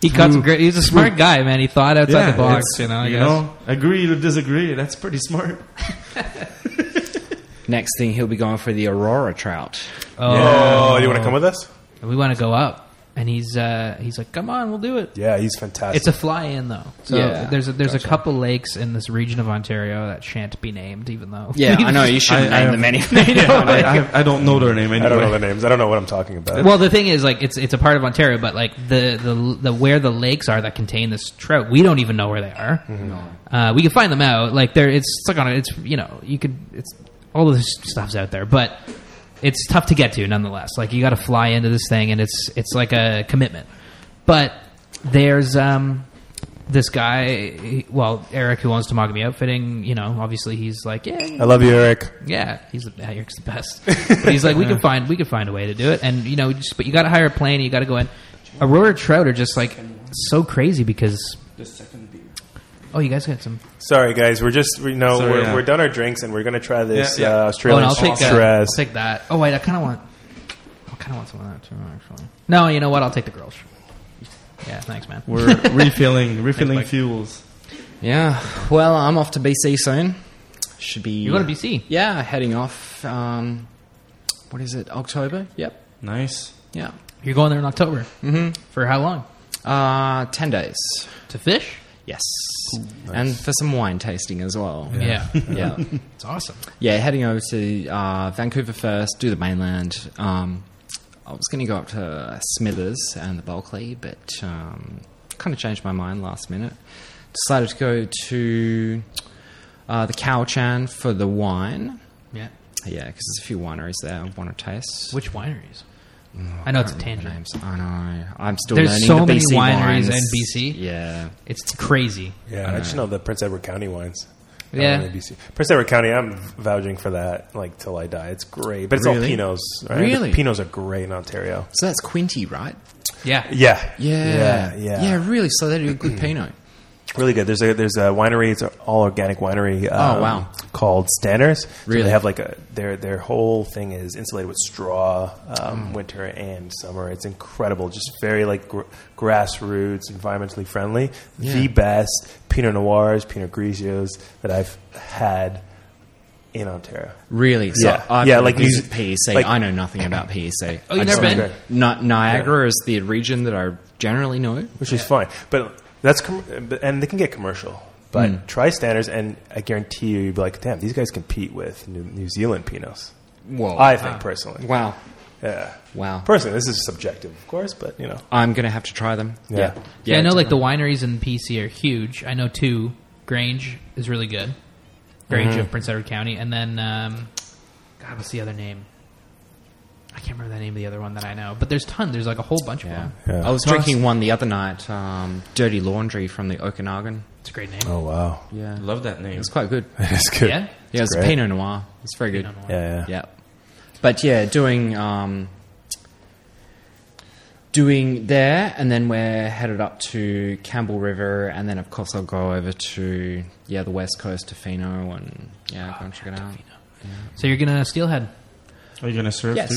A: He caught some great. He's a smart guy, man. He thought outside the box.
C: it's-
A: You know, I
C: you
A: guess.
C: know, agree to disagree. That's pretty smart.
D: Next thing, he'll be going for the Aurora trout.
A: Oh,
B: Oh, you want to come with us?
A: we want to go up. and he's uh, he's like, "Come on, we'll do it."
B: Yeah, he's fantastic.
A: It's a fly in though. So
D: Yeah.
A: there's a, there's a couple lakes in this region of Ontario that shan't be named, even though.
D: Yeah, I know you shouldn't
C: I- I
D: name them anything.
C: I, I, I don't know their name anyway.
B: I don't know the names. I don't know what I'm talking about.
A: Well, the thing is, like, it's it's a part of Ontario, but like the the, the where the lakes are that contain this trout, we don't even know where they are. Uh, we can find them out. Like, there, it's it's like on a, it's you know, you could it's all of this stuff's out there, but it's tough to get to nonetheless. Like, you got to fly into this thing, and it's it's like a commitment. But there's um this guy, he- well, Eric, who owns Tamagami Outfitting. You know, obviously, he's like, yeah,
B: I love you, Eric.
A: yeah, he's the Eric's the best. But he's like, we can find we can find a way to do it, and you know, just but you got to hire a plane, you got to go in. Aurora trout are just like so crazy because.
C: The second beer.
A: Oh, you guys got some.
B: Sorry, guys. We're just we know
C: Sorry,
B: we're,
C: yeah.
B: we're done our drinks and we're gonna try this
C: Yeah, yeah.
B: Uh,
A: Oh,
B: Australian
A: and I'll take, uh, I'll
B: stress.
A: take that. Oh wait, I kind of want. I kind of want some of that too, actually. No, you know what? I'll take the girls. Yeah, thanks, man.
C: We're refilling, refilling fuels.
D: yeah. Well, I'm off to BC soon. Should be. uh,
A: You're going to BC.
D: Yeah, heading off. Um, what is it? October. Yep.
C: Nice.
D: Yeah.
A: You're going there in October. Mm-hmm. For how long?
D: Uh, ten days.
A: To fish?
D: Yes. And for some wine tasting as well.
A: Yeah,
D: Yeah.
A: it's awesome.
D: yeah, heading over to uh, Vancouver first, do the mainland. Um, I was going to go up to Smithers and the Bulkley, but um, kind of changed my mind last minute. Decided to go to uh, the Cow Chan for the wine.
A: Yeah.
D: Yeah, because there's a few wineries there I want to taste.
A: Which wineries? I know it's a tangent.
D: names? I know. I'm still
A: There's
D: learning
A: so
D: the
A: many
D: BC
A: wineries
D: wines.
A: in BC.
D: Yeah.
A: It's crazy.
B: Yeah, I just know the Prince Edward County wines.
A: Yeah.
B: Uh, BC. Prince Edward County. I'm vouching for that. Like till I die, it's great. But it's all
D: Really?
B: Pinots. Right?
D: Really?
B: the Pinots are great in Ontario.
D: So that's Quinty, right?
A: Yeah.
B: Yeah,
D: Yeah.
B: yeah, yeah.
D: really. So they do a good Pinot.
B: Really good. There's a there's a winery. It's an all organic winery. um,
D: Oh, wow.
B: Called Stanners. So
D: Really?
B: they have like a their their whole thing is insulated with straw,
D: Hmm.
B: um, winter and summer. It's incredible. Just very like gr- grassroots, environmentally friendly.
D: Yeah.
B: The best Pinot Noirs, Pinot Grigios that I've had in Ontario.
D: Really? So
B: Yeah.
D: I've
B: Yeah,
D: yeah, like
B: like
D: visit
B: you-
D: PEC.
B: like-
D: I know nothing about PEC.
A: Oh, you've
D: I just
A: never
D: know-
B: been?
D: Ni- Niagara is the region that I generally know.
B: which is fine. But that's com- and they can get commercial. But
D: Hmm.
B: try standards, and I guarantee you, you'd be like, damn, these guys compete with New, New Zealand Pinots.
D: Whoa.
B: I think personally,
D: wow.
B: yeah,
D: Wow.
B: personally, this is subjective, of course, but you know,
D: I'm going to have to try them.
B: yeah,
A: Yeah, I know like the wineries in PC are huge. I know two. Grange is really good. Grange of Prince Edward County, and then um, God, what's the other name? I can't remember the name of the other one that I know, but there's tons. There's like a whole bunch of
D: Yeah.
A: them.
B: Yeah.
D: I was
A: Toss.
D: drinking one the other night, um, Dirty Laundry from the Okanagan.
A: It's a great name.
B: Oh wow,
D: Yeah. It
C: Love that name.
D: was quite good.
B: that's good.
A: Yeah,
D: Yeah, it's
B: great.
D: Pinot Noir. It's very good.
A: Pinot Noir.
B: Yeah, yeah.
D: Yeah. But yeah, doing um, doing there, and then we're headed up to Campbell River, and then of course I'll go over to yeah the west coast to Fino, and yeah,
C: Ah,
D: go and check it out.
A: Ah, So you're gonna steelhead?
C: Are you gonna serve
D: Yes.
C: too?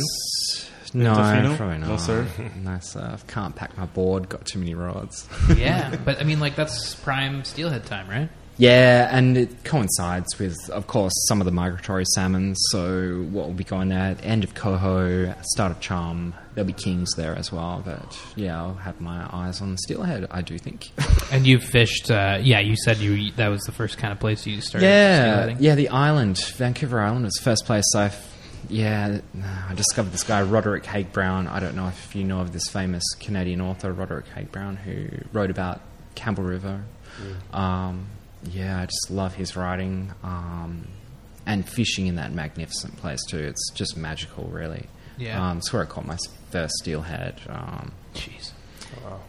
D: No,
C: Fino?
D: probably not.
C: No, sir.
D: Nice. Uh, can't pack my board. Got too many rods.
A: yeah, but I mean like that's prime steelhead time, right?
D: Yeah, and it coincides with, of course, some of the migratory salmon. So what will be going at end of coho, start of charm. There'll be kings there as well. But yeah, I'll have my eyes on steelhead. I do think.
A: And you fished? Uh, yeah, you said you that was the first kind of place you started.
D: yeah,
A: steelheading.
D: yeah. The island, Vancouver Island, was the first place I. f- Yeah, I discovered this guy Roderick Haig Brown. I don't know if you know of this famous Canadian author Roderick Haig Brown, who wrote about Campbell River.
A: Mm.
D: Um, yeah, I just love his writing um, and fishing in that magnificent place too. It's just magical, really.
A: Yeah.
D: um, it's where I caught my s- first steelhead. Um,
A: Jeez.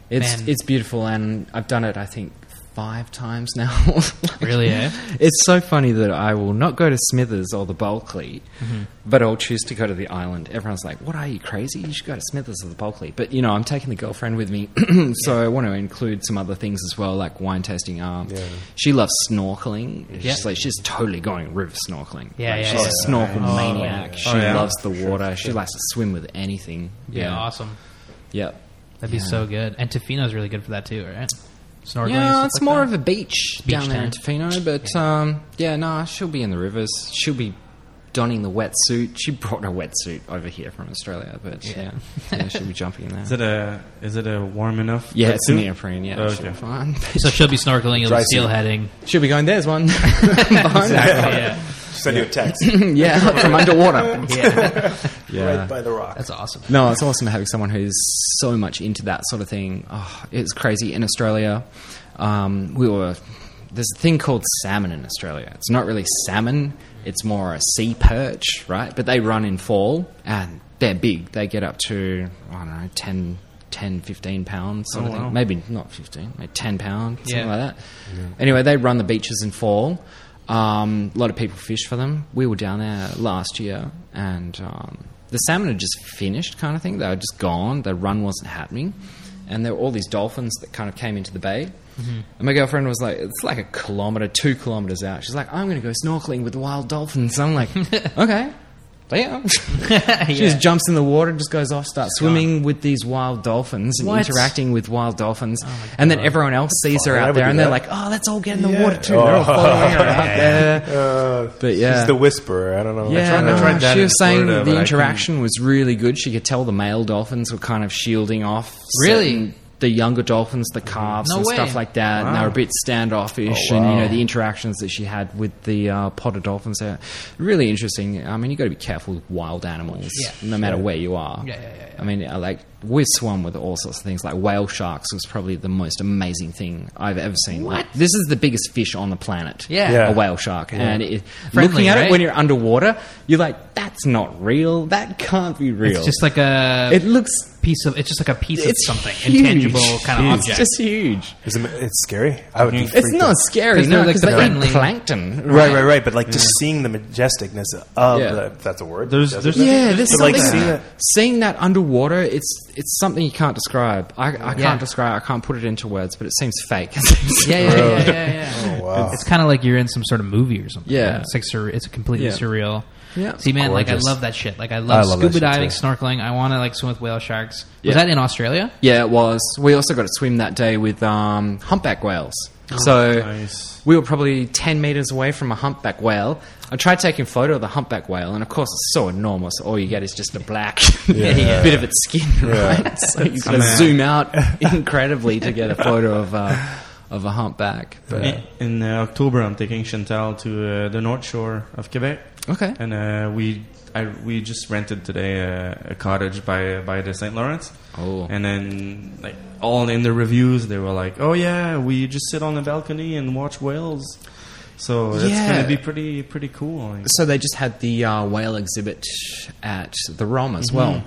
D: it's
A: Man.
D: it's beautiful, and I've done it. I think five times now.
A: Really, eh?
D: It's so funny that I will not go to Smithers or the Bulkley,
A: Mm-hmm.
D: but I'll choose to go to the island. Everyone's like, "What are you crazy? You should go to Smithers or the Bulkley." But you know, I'm taking the girlfriend with me, so I want to include some other things as well, like wine tasting. Um,
B: Yeah.
D: she loves snorkeling. She's
A: Yeah.
D: like, she's totally going river snorkeling.
A: Yeah,
D: Like,
A: yeah,
D: she's
A: yeah.
D: a snorkel
A: Oh,
D: maniac.
A: yeah.
D: She
C: Oh, yeah.
D: loves the water. She likes to swim with anything.
A: Yeah, awesome.
D: Yep.
A: That'd be so good. And Tofino's really good for that too, right? Snorkeling.
D: Yeah,
A: and stuff
D: it's
A: like
D: more
A: that.
D: of a beach,
A: Beach
D: down there in
A: town.
D: Tofino, but yeah. um yeah, nah, she'll be in the rivers. She'll be donning the wetsuit. She brought a wetsuit over here from Australia, but yeah, yeah, she'll be jumping in
C: Is
D: that.
C: it a is it a warm enough?
D: Yeah, it's
C: suit?
D: neoprene. Yeah,
C: Oh,
D: she'll be
C: okay.
D: fine.
A: So she'll be snorkeling, you'll
B: Dry
A: be
B: suit.
A: steelheading.
D: She'll be going. There's one. Behind her.
A: Yeah.
B: Send you a text.
D: yeah, from underwater.
A: yeah.
B: Right by the rock.
A: That's awesome.
D: No, it's awesome having someone who's so much into that sort of thing. Oh, it's crazy. In Australia, um, we were there's a thing called salmon in Australia. It's not really salmon; it's more a sea perch, right? But they run in fall and they're big. They get up to I don't know 10, 10 15 pounds, sort
C: Oh,
D: of thing.
C: wow.
D: Maybe not fifteen, like ten pound, something
A: Yeah.
D: like that that. Anyway, they run the beaches in fall. Um, a lot of people fish for them. We were down there last year, and um, the salmon had just finished, kind of thing. They were just gone. The run wasn't happening, and there were all these dolphins that kind of came into the bay. And my girlfriend was like, "It's like a kilometer, two kilometers out." She's like, "I'm going to go snorkeling with the wild dolphins." I'm like, "Okay." Damn. She just jumps in the water and just goes off, starts swimming with these wild dolphins and
A: What?
D: interacting with wild dolphins.
B: Oh
D: and then everyone else sees her
B: I
D: out
B: would
D: there
B: do
D: and they're
B: that.
D: like, oh, let's all get in the
B: Yeah.
D: water too. They're all
B: Oh.
D: following her out there.
B: Uh,
D: But yeah.
B: She's the whisperer. I don't know.
D: Yeah,
C: tried- I
D: no,
C: tried that
D: she
C: in
D: was saying
C: Florida, but
D: the
C: I
D: interaction was really good. She could tell the male dolphins were kind of shielding off.
A: Really?
D: certain- The younger dolphins, the calves,
A: No
D: and
A: way.
D: stuff like that, and they
C: Wow.
D: were a bit standoffish.
B: Oh,
D: And you know
B: wow.
D: the interactions that she had with the uh, pod of dolphins, there really interesting. I mean, you got to be careful with wild animals,
A: Yeah.
D: no matter where you are.
A: Yeah, yeah, yeah, yeah.
D: I mean, I like we've swum with all sorts of things. Like whale sharks was probably the most amazing thing I've ever seen. Like,
A: What?
D: this is the biggest fish on the planet
A: Yeah.
B: Yeah.
D: a whale shark, and it,
A: Friendly,
D: looking at
A: right?
D: it when you're underwater, you're like, "That's not real. That can't be real."
A: It's just like a
D: it looks
A: piece of. It's just like a piece of
D: it's
A: something
D: huge.
A: intangible kind of
D: Huge.
A: object.
D: It's just huge.
B: Is it, it's scary. I would be
D: It's
B: freaked
D: not
B: out.
D: scary.
A: 'Cause they're
D: No,
A: like
D: because they
A: friendly.
D: eat plankton.
B: Right, right, right. But like just seeing the majesticness of
D: Yeah.
B: the, that's a word.
C: There's-
B: majestic.
C: there's-
D: Yeah, there's
B: But, like,
D: something
B: seeing it-
D: seeing that underwater. It's it's something you can't describe. I, I
A: Yeah.
D: can't describe. I can't put it into words, but it seems fake.
A: yeah, yeah, yeah, yeah, yeah, yeah.
B: Oh, wow.
A: It's kind of like you're in some sort of movie or something.
D: Yeah.
A: it's like sur- it's completely
D: Yeah.
A: surreal.
D: Yeah.
A: See, man, like I
B: Gorgeous.
A: love that shit. Like I love,
B: I love that
A: scuba
B: shit,
A: diving,
B: too.
A: snorkeling. I want to like swim with whale sharks. Was
D: Yeah.
A: that in Australia?
D: Yeah, it was. We also got to swim that day with um, humpback whales.
A: Oh,
D: So
C: nice.
D: we were probably 10 meters away from a humpback whale. I tried taking a photo of the humpback whale, and of course, it's so enormous. All you get is just a black bit of its skin, right? So you've got to
C: Man.
D: zoom out incredibly to get a photo of, uh, of a humpback. But,
C: In, in uh, October, I'm taking Chantal to uh, the North Shore of Quebec,
D: okay.
C: and uh, we I, we just rented today uh, a cottage by by the Saint Lawrence.
D: Oh.
C: And then like all in the reviews, they were like, "Oh yeah, we just sit on the balcony and watch whales." So that's
D: Yeah.
C: gonna be pretty pretty cool. Like,
D: So they just had the uh, whale exhibit at the ROM as well,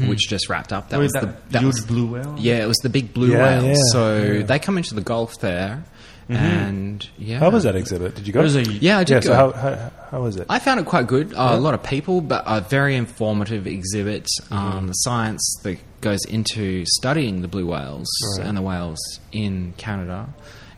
D: which just wrapped up. That
C: with
D: was
C: that,
D: the that
C: huge
D: was
C: blue whale.
D: Yeah, it was the big blue
B: Yeah,
D: whales.
B: yeah, Mm-hmm.
D: so they come into the Gulf there, and yeah,
B: How was that exhibit? Did you go?
C: There's a-
D: Yeah, I did
B: yeah.
D: go.
B: So how, how how was it?
D: I found it quite good. Uh, A lot of people, but a very informative exhibit. Um, The science that goes into studying the blue whales and the whales in Canada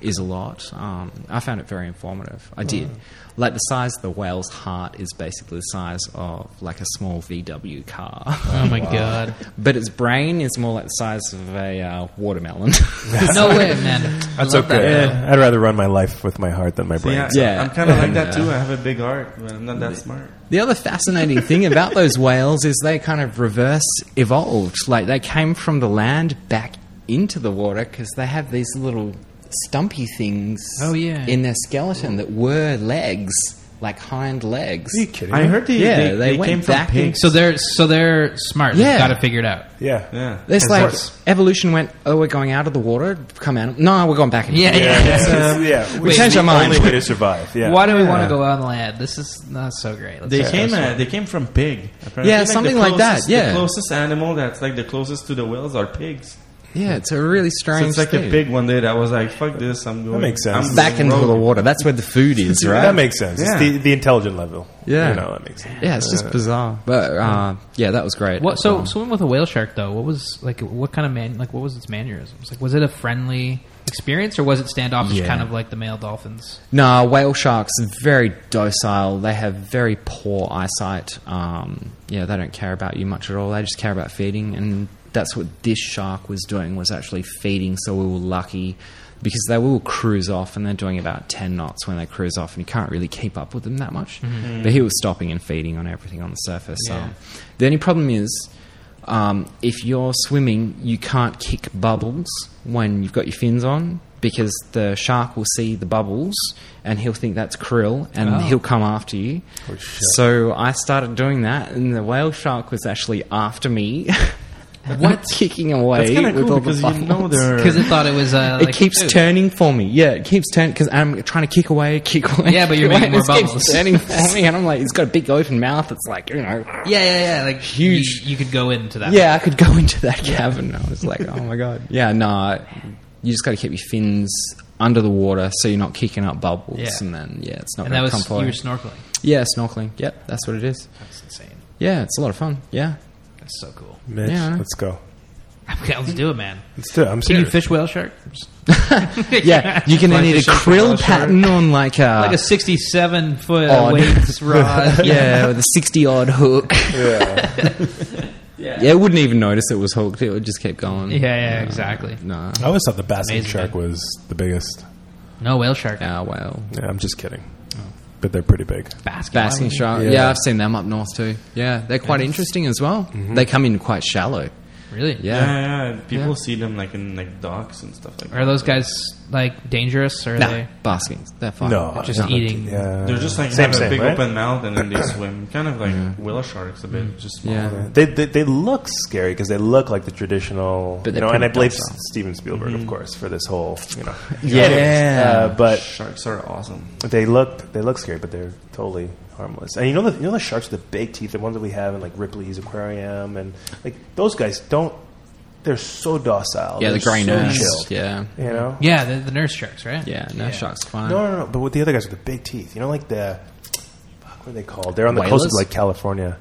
D: is a lot. Um, I found it very informative. I did. Like the size of the whale's heart is basically the size of like a small VW car.
A: Oh my god!
D: but its brain is more like the size of a uh, watermelon.
A: No way, man.
B: That's
A: I love that,
B: okay.
A: though.
B: I'd rather run my life with my heart than my brain.
C: yeah,
D: Yeah. uh,
C: I'm kind of like that
D: Yeah.
C: too. I have a big heart, but I'm not that smart.
D: The other fascinating thing about those whales is they kind of reverse evolved. Like they came from the land back into the water because they have these little stumpy things
A: Oh, yeah.
D: in their skeleton that were legs, like hind legs.
B: Are you kidding?
C: I
B: me?
C: heard they,
D: Yeah,
C: they,
D: they
C: they
D: went
C: came from
D: back in-
C: pigs.
A: So they're so they're smart.
D: Yeah.
A: They've got it figured out.
B: Yeah.
C: yeah,
D: It's
B: Of
D: like
B: course.
D: evolution went, oh, we're going out of the water, come out. No, we're going back in.
A: Yeah, yeah.
B: Yeah. yeah.
D: We
B: Which
D: changed
B: is
D: our mind.
B: The only way to survive. Yeah.
A: Why do we want to
B: Yeah.
A: go out on the land? This is not so great. Let's
C: They
A: go
C: came.
A: this way.
C: Uh, they came from pig. Apparently.
D: Yeah,
C: the
D: something like that,
C: closest-
D: yeah.
C: the closest animal that's like the closest to the whales are pigs.
D: Yeah, it's a really
C: So
D: strange
C: it's like a
D: thing.
C: pig. One day that I was like, "Fuck this! I'm going
B: makes sense.
C: I'm
D: Back into
C: rogue.
D: the water. That's where the food is, right?
B: That makes sense.
C: Yeah.
B: It's the, the intelligent level.
D: Yeah.
B: You know, that makes sense.
D: yeah, it's just bizarre. But uh, yeah, that was great.
A: What, so
D: Um,
A: swimming with a whale shark though? What was like? What kind of man? Like what was its mannerisms? Like was it a friendly experience or was it standoffish,
D: Yeah.
A: kind of like the male dolphins?
D: No, whale sharks are very docile. They have very poor eyesight. Um, yeah, they don't care about you much at all. They just care about feeding, and that's what this shark was doing. Was actually feeding. So we were lucky because they will cruise off and they're doing about 10 knots when they cruise off and you can't really keep up with them that much. But he was stopping and feeding on everything on the surface.
C: Yeah.
D: Um, the only problem is um, if you're swimming, you can't kick bubbles when you've got your fins on because the shark will see the bubbles and he'll think that's krill and
A: Oh.
D: he'll come after you. So I started doing that, and the whale shark was actually after me. What kicking away
C: That's kind of
D: with
C: cool
D: all the
C: because you know
D: bubbles.
C: they're
A: because it thought it was. Uh,
D: It
A: like-
D: keeps
A: Dude.
D: turning for me. Yeah, it keeps turning because I'm trying to kick away, kick away.
A: Yeah, but you're
D: kick away,
A: making more
D: and it keeps
A: bubbles.
D: turning for me, and I'm like, it's got a big open mouth. It's like you know.
A: Yeah, yeah, yeah. Like
D: Huge.
A: You, you could go into that.
D: Yeah, I could go into that cavern. I was like, oh my god. Yeah, no, you just got to keep your fins under the water so you're not kicking up bubbles,
A: Yeah.
D: and then yeah, it's not
A: and that
D: going to
A: was
D: come
A: you
D: for
A: were
D: you.
A: snorkeling.
D: Yeah, snorkeling. Yep, that's what it is.
A: That's insane.
D: Yeah, it's a lot of fun. Yeah.
A: That's so cool.
B: Mitch,
D: Yeah, I know.
B: let's go.
A: Let's do it, man.
B: Let's do it. I'm
A: Can you
B: serious.
A: fish whale shark?
D: Yeah, you can
C: Like
D: need
C: the
D: a
C: shape of
D: krill
C: Welsh shark.
D: pattern on like uh, a,
A: Like a sixty-seven foot
D: Odd.
A: weights rod.
D: yeah, with a sixty odd hook.
B: Yeah.
D: Yeah, it wouldn't even notice it was hooked. It would just keep going.
A: Yeah, yeah, exactly.
D: No.
B: I always thought the basking
A: Amazing,
B: shark
A: man.
B: was the biggest.
A: No whale shark.
D: Ah, well.
B: Yeah, I'm just kidding.
D: Oh.
B: But they're pretty big.
A: Basking.
D: Basking shark.
B: Yeah.
D: Yeah. I've seen them up north too. Yeah, they're quite interesting as well. They come in quite shallow.
A: Really?
D: Yeah.
C: yeah, yeah, yeah. People
D: Yeah.
C: see them like in like docks and stuff like that.
A: Are those guys like dangerous? Or are
D: Nah,
A: they?
D: baskings. They're fine.
B: No,
A: Just
B: no.
A: eating.
B: Yeah,
C: They're just like
B: Same,
C: have a
B: same,
C: big
B: right?
C: open mouth and then they swim, kind of like whale sharks a bit, just small.
D: Mm. Yeah.
B: They, they, they look scary because they look like the traditional,
D: But
B: you
D: they're
B: know, and I
D: pretty
B: blame
D: docile.
B: Steven Spielberg, of course, for this whole, you know.
D: Mm-hmm. Yeah.
B: Uh, but
C: Sharks are awesome.
B: they look they look scary, but they're totally harmless. And you know the you know the sharks with the big teeth, the ones that we have in like Ripley's Aquarium, and like those guys don't. They're so docile.
D: Yeah,
B: they're
D: the grey
B: so
D: nurse.
B: chilled,
D: Yeah.
B: You know.
A: Yeah, the, the nurse sharks, right?
D: Yeah, no sharks fine.
B: No, no, no. But with the other guys with the big teeth, you know, like the fuck, what are they called? They're on the coast of
D: Whalers?
B: like California.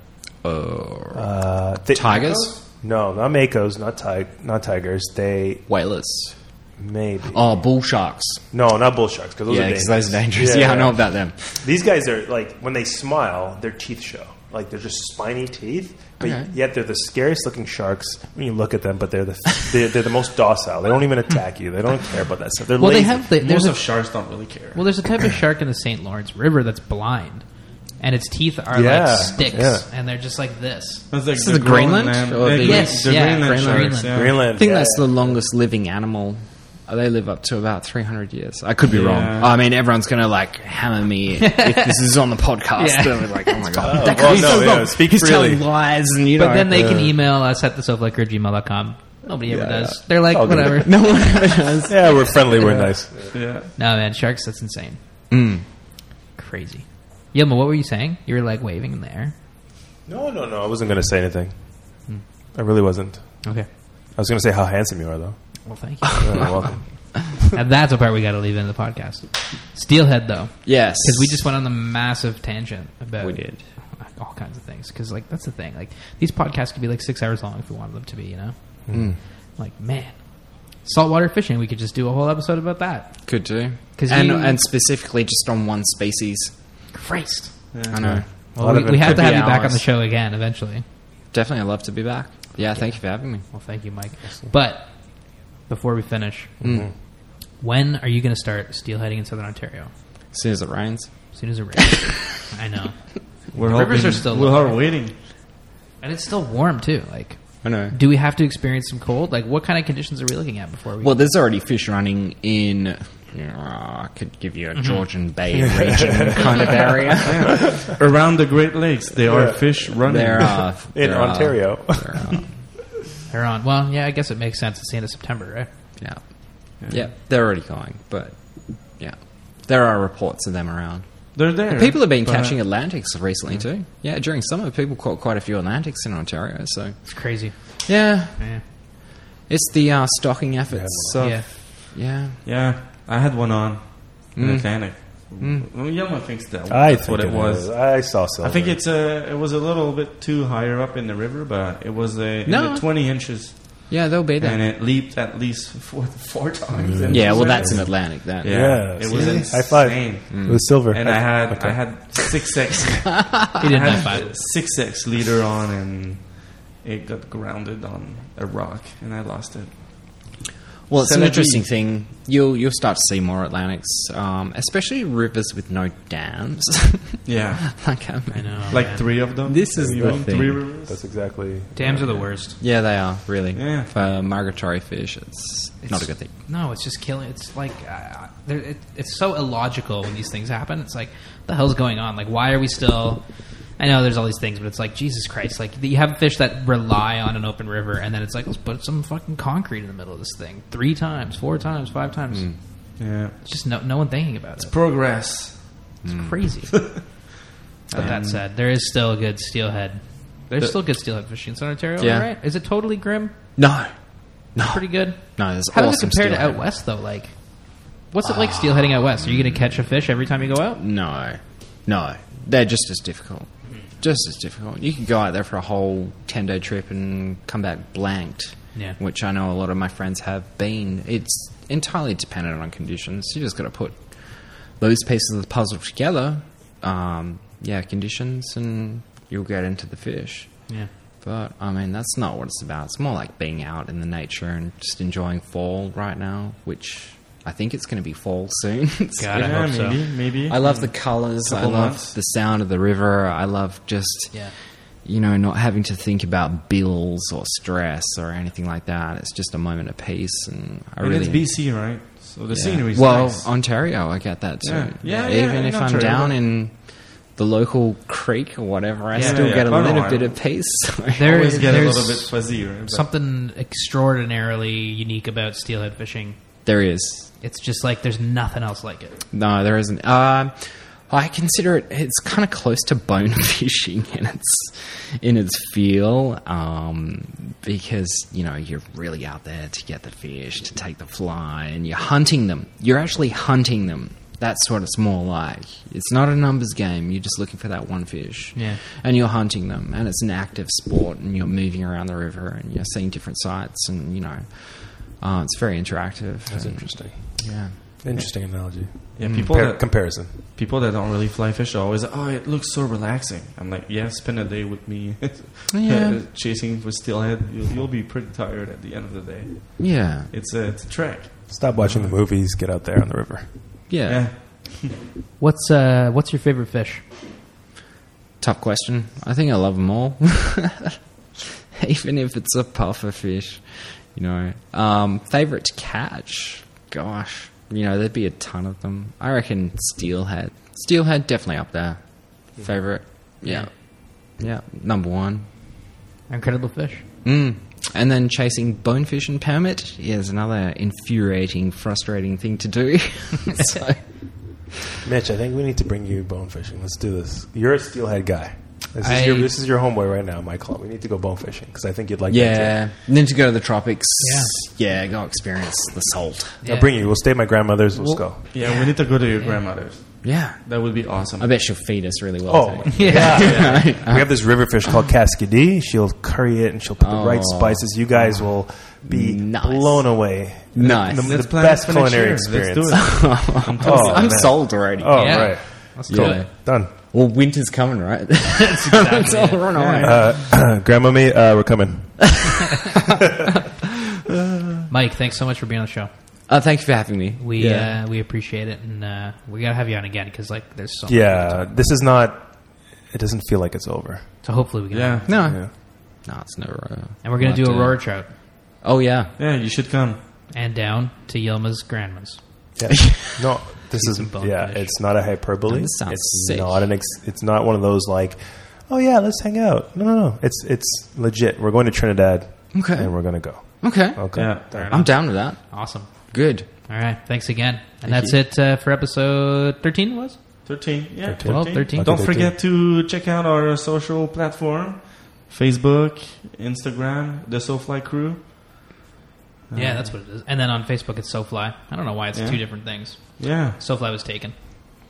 D: Oh.
B: Uh, they-
D: Tigers?
B: No, not makos, not tig- not tigers. They
D: Whalers.
B: maybe.
D: Oh, bull sharks.
B: No, not bull sharks because those
D: Yeah,
B: are
D: 'cause
B: dangerous.
D: those are dangerous. Yeah, I know about them.
B: These guys are like when they smile, their teeth show. Like they're just spiny teeth, but
D: Okay.
B: yet they're the scariest looking sharks when you look at them. But they're the they're, they're the most docile. They don't even attack you. They don't care about that stuff. They're
A: Well,
B: lazy.
A: they have. The,
C: Most
A: there's a
C: of sharks don't really care.
A: well, there's a type of shark in the St. Lawrence River that's blind, and its teeth are
B: Yeah,
A: like sticks,
B: yeah.
A: and they're just like this.
C: That's like
D: This is the Greenland? Or
C: yeah,
D: the-
A: Yes,
C: the
A: yeah,
C: Greenland,
A: Greenland.
C: sharks. Yeah.
B: Greenland.
D: I think
B: yeah,
D: that's
B: yeah.
D: the longest living animal. Uh, They live up to about 300 years. I could be wrong.
C: Yeah.
D: I mean, everyone's going to like hammer me if this is on the podcast.
A: Yeah.
D: They're like, oh my god.
B: Oh,
D: that
B: well,
D: guy's
B: no,
D: so
B: yeah,
D: wrong.
B: speak
D: He's
B: freely.
D: telling lies and you
A: But
D: know.
A: then they can email us at thesoflikergmail.com. Nobody ever
B: Yeah,
A: does. They're like,
B: I'll do it.
A: whatever.
D: no one ever does.
B: Yeah, we're friendly. We're nice.
C: Yeah.
A: No, man, sharks, that's insane.
B: Mm.
A: Crazy. Yelma, what were you saying? You were like waving in the air.
B: No, no, no. I wasn't going to say anything. I really wasn't.
A: Hmm. Okay.
B: I was going to say how handsome you are, though.
A: Well, thank you.
B: You're welcome.
A: and that's the part we got to leave in the podcast. Steelhead, though.
D: Yes,
A: because we just went on the massive tangent about
D: We did.
A: all kinds of things because like that's the thing like these podcasts could be like six hours long if we wanted them to be you know like man saltwater fishing we could just do a whole episode about that
D: could do.
A: 'Cause
D: and
A: you-
D: and specifically just on one species.
A: christ
D: I know.
B: A lot
A: well, we,
B: of it
A: we have
D: could
A: to have
D: be
A: you back on
D: hours.
A: the show again eventually
D: Definitely, I'd love to be back. Yeah, thank you for having me.
A: well thank you mike but before we finish when are you going to start steelheading in southern ontario
D: As soon as it rains.
A: as soon as it rains i know
C: We're
A: The
C: hoping,
A: rivers are still
C: we
A: low.
C: are waiting.
A: and it's still warm too like
D: I know.
A: do we have to experience some cold like what kind of conditions are we looking at before we
D: Well, there's already fish running in. uh, I could give you a Georgian Bay region kind of area.
C: Around the Great Lakes, there
B: Yeah.
C: are fish running.
D: There are
B: In
D: there are-
B: Ontario.
D: there are-
A: They're on. Well, yeah, I guess it makes sense. It's the end of September, right?
D: yeah, yeah, they're already going, but yeah, there are reports of them around.
C: They're there.
D: People have been
C: but-
D: catching Atlantics recently too. Yeah, during summer, people caught quite a few Atlantics in Ontario. So
A: It's crazy.
D: yeah,
A: Yeah.
D: it's the uh, stocking efforts. Yeah,
A: yeah.
D: yeah.
C: Yeah, I had one on
D: Mm.
C: in Atlantic. Well, Yelma thinks that
B: I
C: that's
B: think
C: what it was.
B: is. I saw some.
C: I think it's a. It was a little bit too higher up in the river, but it was a in
D: No.
C: the twenty inches,
D: yeah, they'll be
C: and
D: there.
C: it leaped at least four four times. And
D: Yeah,
C: it
D: well,
C: was
D: that's an
C: like-
D: Atlantic. That
C: Yeah,
B: Mm. Yeah,
C: it was
B: see?
C: insane.
B: High five. It was silver.
C: Hmm. And I had I had six X
A: He didn't
C: I
A: have
C: had
A: five.
C: six X leader on, and it got grounded on a rock, and I lost it.
D: Well, it's
C: So
D: an
C: maybe-
D: interesting thing. You'll you'll start to see more Atlantics, um, especially rivers with no dams.
C: Yeah,
D: like, I mean,
A: I know.
C: like
A: man.
C: three of them.
D: This is
C: You
D: the
C: want
D: thing.
C: Three rivers.
B: That's exactly.
A: Dams are the worst.
D: yeah, they are really
C: Yeah.
D: for migratory fish. It's, not a good thing.
A: No, it's just killing. It's like uh, there- it, it's so illogical when these things happen. It's like what the hell's going on? Like why are we still? I know there's all these things, but it's like Jesus Christ! Like you have fish that rely on an open river, and then it's like let's put some fucking concrete in the middle of this thing three times, four times, five times.
C: Yeah,
A: It's just no no one thinking about it.
C: progress.
A: It's crazy. but that said, there is still a good steelhead. There's still good steelhead fishing in San Ontario,
D: Yeah.
A: right? Is it totally grim?
D: No, no,
A: Pretty good.
D: no. There's
A: How does it
D: awesome
A: compare to
D: steelhead. Ah.
A: out west though? Like, what's it like steelheading out west? Are you going to catch a fish every time you go out?
D: No, no, they're just as difficult. Just as difficult. You can go out there for a whole ten day trip and come back blanked.
A: Yeah.
D: Which I know a lot of my friends have been. It's entirely dependent on conditions. You just got to put those pieces of the puzzle together. Um, yeah, conditions, and you'll get into the fish.
A: Yeah.
D: But I mean, that's not what it's about. It's more like being out in the nature and just enjoying fall right now, which I think it's going to be fall soon. So-
A: God, I
C: yeah,
A: hope so.
C: maybe, maybe.
D: I love the colors. I
C: Couple
D: love
C: months.
D: the sound of the river. I love just,
A: Yeah.
D: you know, not having to think about bills or stress or anything like that. It's just a moment of peace, and I
C: and
D: really.
C: it's BC, right? So the
D: yeah.
C: scenery is
D: Well,
C: nice.
D: Ontario, I get that too.
C: Yeah. Yeah, yeah,
D: Even
C: in
D: if I'm
C: Ontario.
D: down in the local creek or whatever, I
C: Yeah,
D: still
C: yeah,
D: get a
C: Bono
D: little
C: Island.
D: bit of peace. So-
A: There
C: always
A: is-
C: get a
A: there's
C: little bit fuzzy, right? But-
A: something extraordinarily unique about steelhead fishing.
D: there is.
A: It's just like there's nothing else like it.
D: No, there isn't. Um, I consider it. It's kind of close to bone fishing in its in its feel, um, because you know you're really out there to get the fish, to take the fly, and you're hunting them. You're actually hunting them. That's what it's more like. It's not a numbers game. You're just looking for that one fish,
A: Yeah.
D: and you're hunting them. And it's an active sport, and you're moving around the river, and you're seeing different sights, and you know, uh, it's very interactive.
B: That's
D: and-
B: interesting.
D: Yeah.
B: Interesting analogy.
C: yeah, people
B: Compar-
C: that
B: comparison.
C: people that don't really fly fish are always oh it looks so relaxing. I'm like yeah, spend a day with me
D: Yeah.
C: chasing for steelhead. You'll, you'll be pretty tired at the end of the day.
D: Yeah.
C: It's a it's a trek.
B: Stop watching the movies. Get out there on the river.
D: Yeah.
C: Yeah,
A: What's uh What's your favorite fish?
D: Tough question. I think I love them all. Even if it's a puffer fish, you know. Um, favorite to catch? Gosh, you know, there'd be a ton of them. I reckon steelhead. Steelhead definitely up there. Favorite. Yeah. Yeah, number one.
A: Incredible fish.
D: Mm. And then chasing bonefish and permit is another infuriating, frustrating thing to do. so,
B: Mitch, I think we need to bring you bone fishing. Let's do this. You're a steelhead guy. This is
A: I-
B: your this is your homeboy right now, my club. We need to go bone fishing because I think you'd like. That
D: yeah. Need to go to the tropics.
A: Yeah.
D: Yeah, go experience the salt.
B: too. I'll bring you. We'll stay at my grandmother's. Let's go.
C: yeah. We need to go to your grandmother's.
D: Yeah.
C: That would be awesome.
D: I bet she'll feed us really well.
B: Oh,
D: too.
A: Yeah.
B: we have this river fish called Cascadee. She'll curry it and she'll put the right
D: Oh.
B: spices. You guys will be
D: Nice.
B: blown away.
D: Nice.
B: The, the
C: Let's plan
B: best
C: for next
B: culinary
C: year.
B: experience.
C: Let's do it. I'm telling
B: Oh,
C: you.
D: I'm
B: man.
D: sold already.
B: Oh,
A: Yeah.
B: right.
A: Let's
B: Cool.
A: go.
D: Yeah.
B: Done.
D: Well, winter's coming, right? That's
A: exactly
D: all
A: it.
D: run away.
B: Uh, Grandma, me, uh, we're coming.
A: Mike, thanks so much for being on the show.
D: Uh, thank you for having me.
A: We
D: yeah.
A: uh, we appreciate it, and uh, we gotta have you on again because like there's so
B: Yeah, this is not. It doesn't feel like it's over.
A: So hopefully we can.
C: Yeah,
D: no,
B: Yeah.
D: no, it's never. Uh,
A: And we're gonna
D: we'll
A: do
D: have
A: Aurora trout
D: Oh yeah,
C: yeah. You should come.
A: and down to Yilma's grandma's.
B: Yeah. No, this is
A: some bone
B: yeah.
A: fish.
B: It's not a hyperbole.
D: Oh, this sounds
B: it's
D: sick.
B: not an. Ex, it's not one of those like, oh yeah, let's hang out. No, no, no. It's it's legit. We're going to Trinidad.
D: Okay.
B: and we're gonna go.
D: okay.
B: Okay.
C: Yeah.
D: I'm down with that.
A: Awesome.
D: Good.
A: All right. Thanks again. And that's it uh, for episode 13, was?
C: 13. Yeah,
B: 13.
A: 12, 13.
B: Lucky
C: Don't
B: 13.
C: forget to check out our social platform Facebook, Instagram, The Soulfly Crew.
A: Yeah, that's what it is. And then on Facebook, it's SoFly. I don't know why it's
C: Uh, Yeah.
A: two different things.
C: Yeah.
A: SoFly was taken.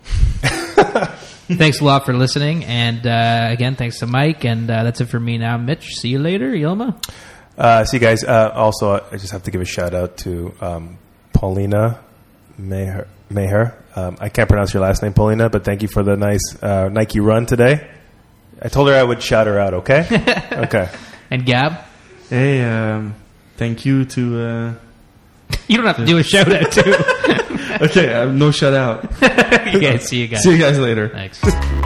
A: thanks a lot for listening. And uh, again, thanks to Mike. And uh, that's it for me now, Mitch. See you later, Yilma.
B: Uh, see you guys. Uh, also, I just have to give a shout out to um, Paulina Maher. Maher. Um, I can't pronounce your last name, Paulina, but thank you for the nice uh, Nike run today. I told her I would shout her out. Okay. okay.
A: And Gab.
C: Hey, um, thank you to uh,
A: You don't have to do a shout out, too.
C: Okay, I have no shutout.
A: okay, see you guys.
C: See you guys later.
A: Thanks.